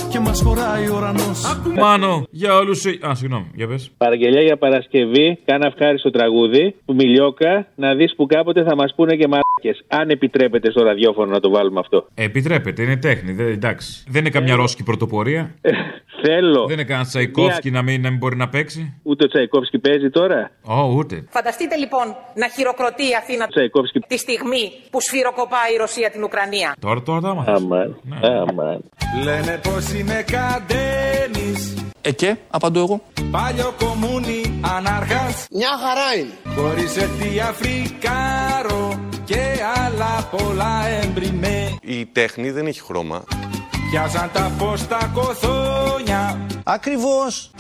Και μας χωράει ο ουρανός
Μάνο, για όλους. Α, συγγνώμη, για πες.
Παραγγελιά για Παρασκευή. Κάνα ευχάριστο τραγούδι. Του Μιλιόκα. Να δεις που κάποτε θα μας πούνε και μαράκε. Αν επιτρέπετε στο ραδιόφωνο να το βάλουμε αυτό.
Ε, Επιτρέπεται, είναι τέχνη. Δεν, εντάξει. Δεν είναι καμιά ρώσικη πρωτοπορία.
Ε, Θέλω.
Δεν είναι κανένα Τσαϊκόφσκι να μην, να μην μπορεί να παίξει.
Ούτε ο Τσαϊκόφσκι παίζει τώρα.
Ω, ούτε.
Φανταστείτε λοιπόν να χειροκροτεί η Αθήνα
Τσαϊκόφσκι.
τη στιγμή που σφυροκοπάει η Ρωσία την Ουκρανία.
Τώρα, τώρα Ναι. τα μάθες.
Αμάν. Αμάν.
Λένε πως είμαι καντένης
Ε, και, απαντώ εγώ.
Παλιό κομμούνι ανάρχας Μια χαρά είναι Χωρίς έτσι αφρικάρο Και άλλα πολλά ε- έμπριμε
Η τέχνη δεν έχει χρώμα.
Πιάσαν τα φως τα κοθόνια Ακριβώς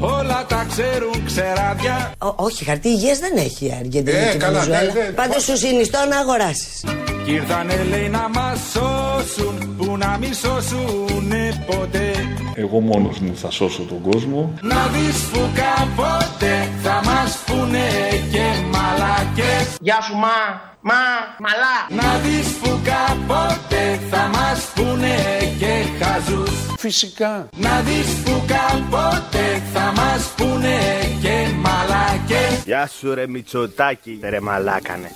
Όλα τα ξέρουν ξεράδια
όχι, χαρτί υγείας δεν έχει η Αργεντινή
Ε,
και η
καλά,
Βενεζουέλα.
ναι, ναι.
Πάντως σου συνιστώ να αγοράσεις.
Κι ήρθανε λέει να μας σώσουν Που να μη σώσουνε ποτέ
Εγώ μόνος μου θα σώσω τον κόσμο.
Να δεις που κάποτε θα μας πούνε και μαλακές Γεια σου μα, μα, μαλά Να δεις που κάποτε θα μας πούνε ναι και χαζούς Φυσικά Να δεις που κάποτε θα μας πούνε και μαλακές
Γεια σου ρε Μητσοτάκη, ρε μαλάκανε.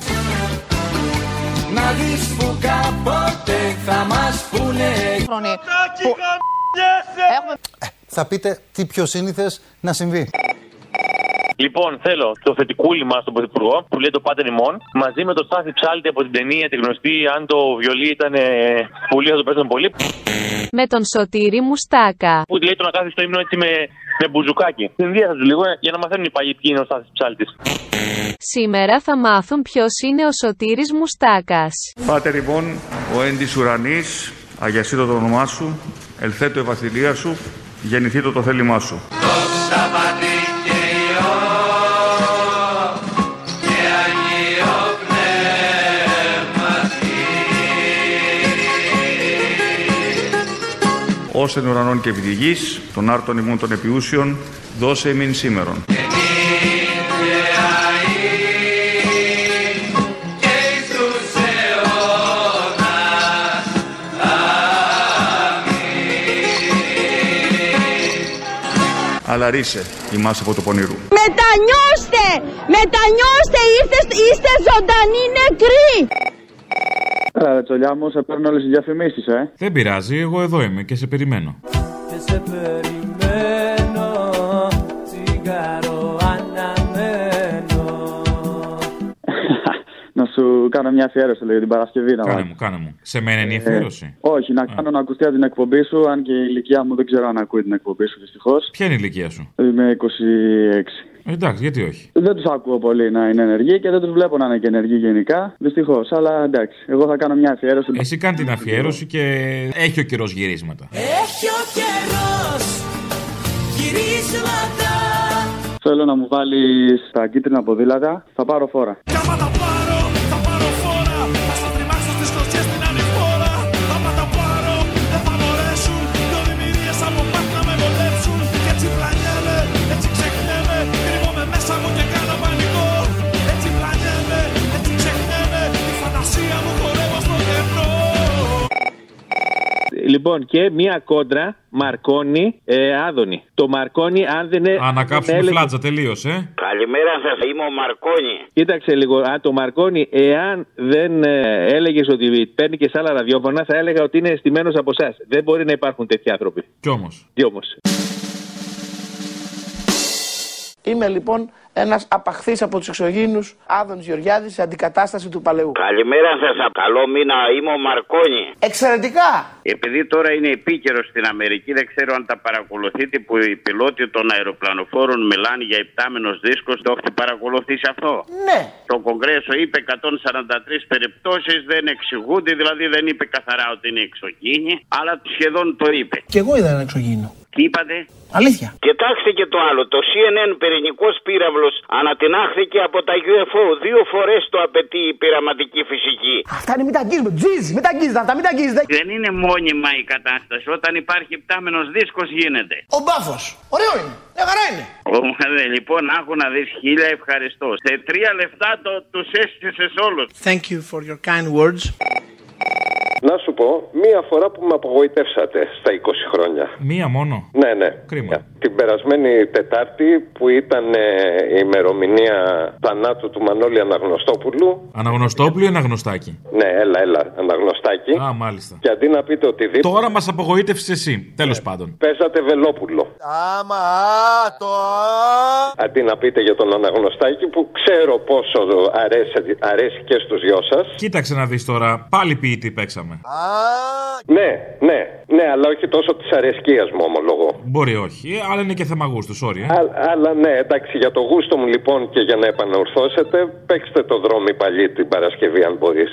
Να δεις που κάποτε θα μας πούνε Που-
Θα πείτε τι πιο σύνηθες να συμβεί.
Λοιπόν, θέλω το θετικούλι μας τον Πρωθυπουργό που λέει το Πάτερ ημών μαζί με το Στάθη Ψάλτη από την ταινία τη γνωστή. Αν το βιολί ήταν ε, πολύ, θα το παίζαν πολύ.
Με τον Σωτήρη Μουστάκα.
Που λέει το να κάθεσαι στο ύμνο έτσι με, με μπουζουκάκι. Συνδύασα του λίγο ε, για να μαθαίνουν οι παγιοί ποιοι είναι ο Στάθης Ψάλτης.
Σήμερα θα μάθουν ποιος είναι ο Σωτήρης Μουστάκας.
Πάτε λοιπόν, ο έντης ουρανής, αγιασίτο το όνομά σου, ελθέτω ευαθυλία σου, γεννηθήτω το θέλημά σου. Ως εν ουρανών και επιδηγείς, των άρτων ημών των επιούσιων, δώσε ημίν σήμερον. Αλλά ρίσε ημάς από το πονηρού. Μετανιώστε! Μετανιώστε! Είστε, είστε ζωντανοί νεκροί!
Άρα, τσολιά μου, σε παίρνω όλες τις διαφημίσεις, ε. (laughs)
Δεν πειράζει, εγώ εδώ είμαι και σε περιμένω.
Και σε περιμένω, τσιγάρο αναμένω
Να σου σου κάνω μια αφιέρωση λίγο την Παρασκευή. να
Κάνε
βάλεις.
μου, κάνε μου. Σε μένα είναι η
Ε,
αφιέρωση.
όχι, να κάνω να ακουστεί από την εκπομπή σου, αν και η ηλικία μου δεν ξέρω αν ακούει την εκπομπή σου δυστυχώς.
Ποια είναι η ηλικία σου,
Είμαι 26.
Εντάξει, γιατί όχι.
Δεν τους ακούω πολύ να είναι ενεργοί και δεν τους βλέπω να είναι και ενεργοί γενικά. Δυστυχώς. Αλλά εντάξει, εγώ θα κάνω μια αφιέρωση.
Εσύ κάνει την αφιέρωση και έχει ο καιρός γυρίσματα.
Έχει ο καιρός γυρίσματα
Θέλω να μου βάλεις τα κίτρινα ποδήλατα. Θα πάρω φόρα.
Στις κλωστιές στην ανηφόρα Άμα τα πάρω δεν θα μπορέσουν Δυο δημιουργίες από πάνω να με βολέψουν Κι έτσι πλανιέμαι, έτσι ξεχνιέμαι Κρύβομαι μέσα μου και κάνω πανικό Έτσι πλανιέμαι, έτσι ξεχνιέμαι Τη φαντασία μου χορεύω στο κενό
Λοιπόν, και μία κόντρα Μαρκόνι ε, Άδωνη. Το Μαρκόνι, αν δεν είναι.
Ανακάψουμε
έλεγε-
φλάτζα, τελείωσε.
Καλημέρα σας, είμαι ο Μαρκόνη.
Κοίταξε λίγο, αν το Μαρκόνι, εάν δεν ε, έλεγες ότι παίρνει και σε άλλα ραδιόφωνα, θα έλεγα ότι είναι αισθημένος από εσάς. Δεν μπορεί να υπάρχουν τέτοιοι άνθρωποι.
Κι όμως.
Τι όμως.
Είμαι λοιπόν ένας απαχθής από τους εξωγήνους Άδων Γεωργιάδης σε αντικατάσταση του παλαιού.
Καλημέρα σας, καλό μήνα, είμαι ο Μαρκόνη.
Εξαιρετικά!
Επειδή τώρα είναι επίκαιρο στην Αμερική, δεν ξέρω αν τα παρακολουθείτε που οι πιλότοι των αεροπλανοφόρων μιλάνε για υπτάμενος δίσκος. Το έχετε παρακολουθήσει αυτό.
Ναι.
Το Κογκρέσο είπε 143 περιπτώσεις, δεν εξηγούνται, δηλαδή δεν είπε καθαρά ότι είναι εξωγήινη, αλλά σχεδόν το είπε.
Κι εγώ είδα ένα εξωγήινο.
Τι είπατε.
Αλήθεια.
Κοιτάξτε και το άλλο. Το CNN πυρηνικός πύραυλος ανατινάχθηκε από τα UFO. Δύο φορές το απαιτεί η πειραματική φυσική.
Αυτά είναι μην τα αγγίζουμε. Τζιζ, μην τα αγγίζετε αυτά, μην τα αγγίζετε.
Δεν είναι μόνιμα η κατάσταση. Όταν υπάρχει πτάμενος δίσκος γίνεται.
Ο μπάφος. Ωραίο είναι. Μια χαρά είναι.
Ω, δε, λοιπόν, άκου να δεις χίλια ευχαριστώ. Σε τρία λεφτά το, τους έστησες όλους.
Thank you for your kind words.
Να σου πω, μία φορά που με απογοητεύσατε στα 20 χρόνια.
Μία μόνο.
Ναι, ναι.
Κρίμα.
Την περασμένη Τετάρτη που ήταν ε, η ημερομηνία θανάτου του Μανώλη Αναγνωστόπουλου.
Αναγνωστόπουλο ή αναγνωστάκι.
Ναι, έλα, έλα, Αναγνωστάκη.
Α, μάλιστα.
Και αντί να πείτε οτιδήποτε.
Τώρα μας απογοήτευσες εσύ. Τέλος πάντων.
Παίζατε Βελόπουλο.
Άμα το
Αντί να πείτε για τον Αναγνωστάκη που ξέρω πόσο αρέσει, αρέσει και στους δυο σας.
Κοίταξε να δεις τώρα. Πάλι ποιητή παίξαμε.
Ναι, ναι, ναι, αλλά όχι τόσο της αρεσκίας μου ομολογώ.
Μπορεί όχι, αλλά είναι και θέμα γούστου, sorry. ε.
Α- αλλά ναι, εντάξει, για το γούστο μου λοιπόν και για να επαναορθώσετε, παίξτε το δρόμο παλί την Παρασκευή αν μπορείς.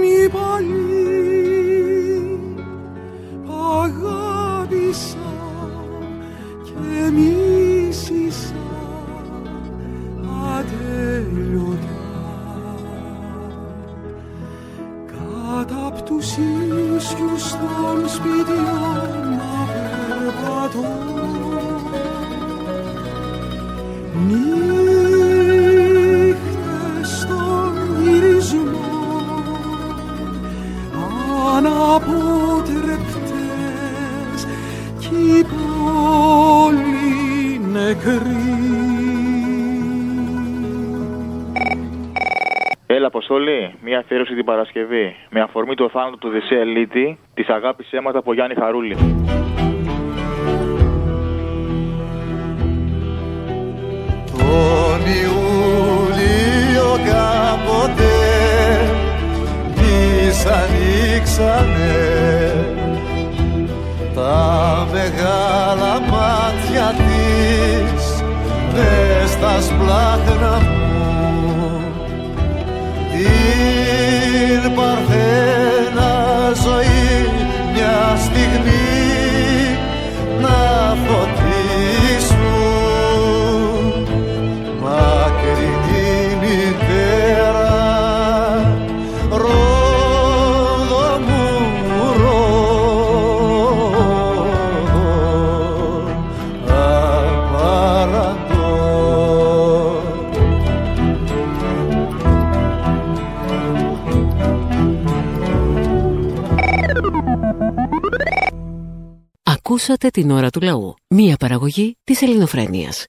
Μη πάλι αγάπησα και μίσησα ατέλειωτα κάτω απ' τους ίσιους των σπιτιών να περπατώ νύχτες των γυρισμών αναποτρεπτές κι η πόλη νεκρή.
Έλα, Αποστολή, μια αφιέρωση την Παρασκευή. Με αφορμή το θάνατο του Δησέ Ελίτη, τη αγάπη αίματα από Γιάννη Χαρούλη.
Τον Ιούλιο κάποτε Τις ανοίξανε Τα μεγάλα μάτια της Μες στα σπλάχνα μου Την παρθένα ζωή μια στιγμή να φωτίσουν μακρινή μητέρα Ρόδο μου, Ρόδο απαραντώ
Ακούσατε την ώρα του λαού. Μία παραγωγή της Ελληνοφρένειας.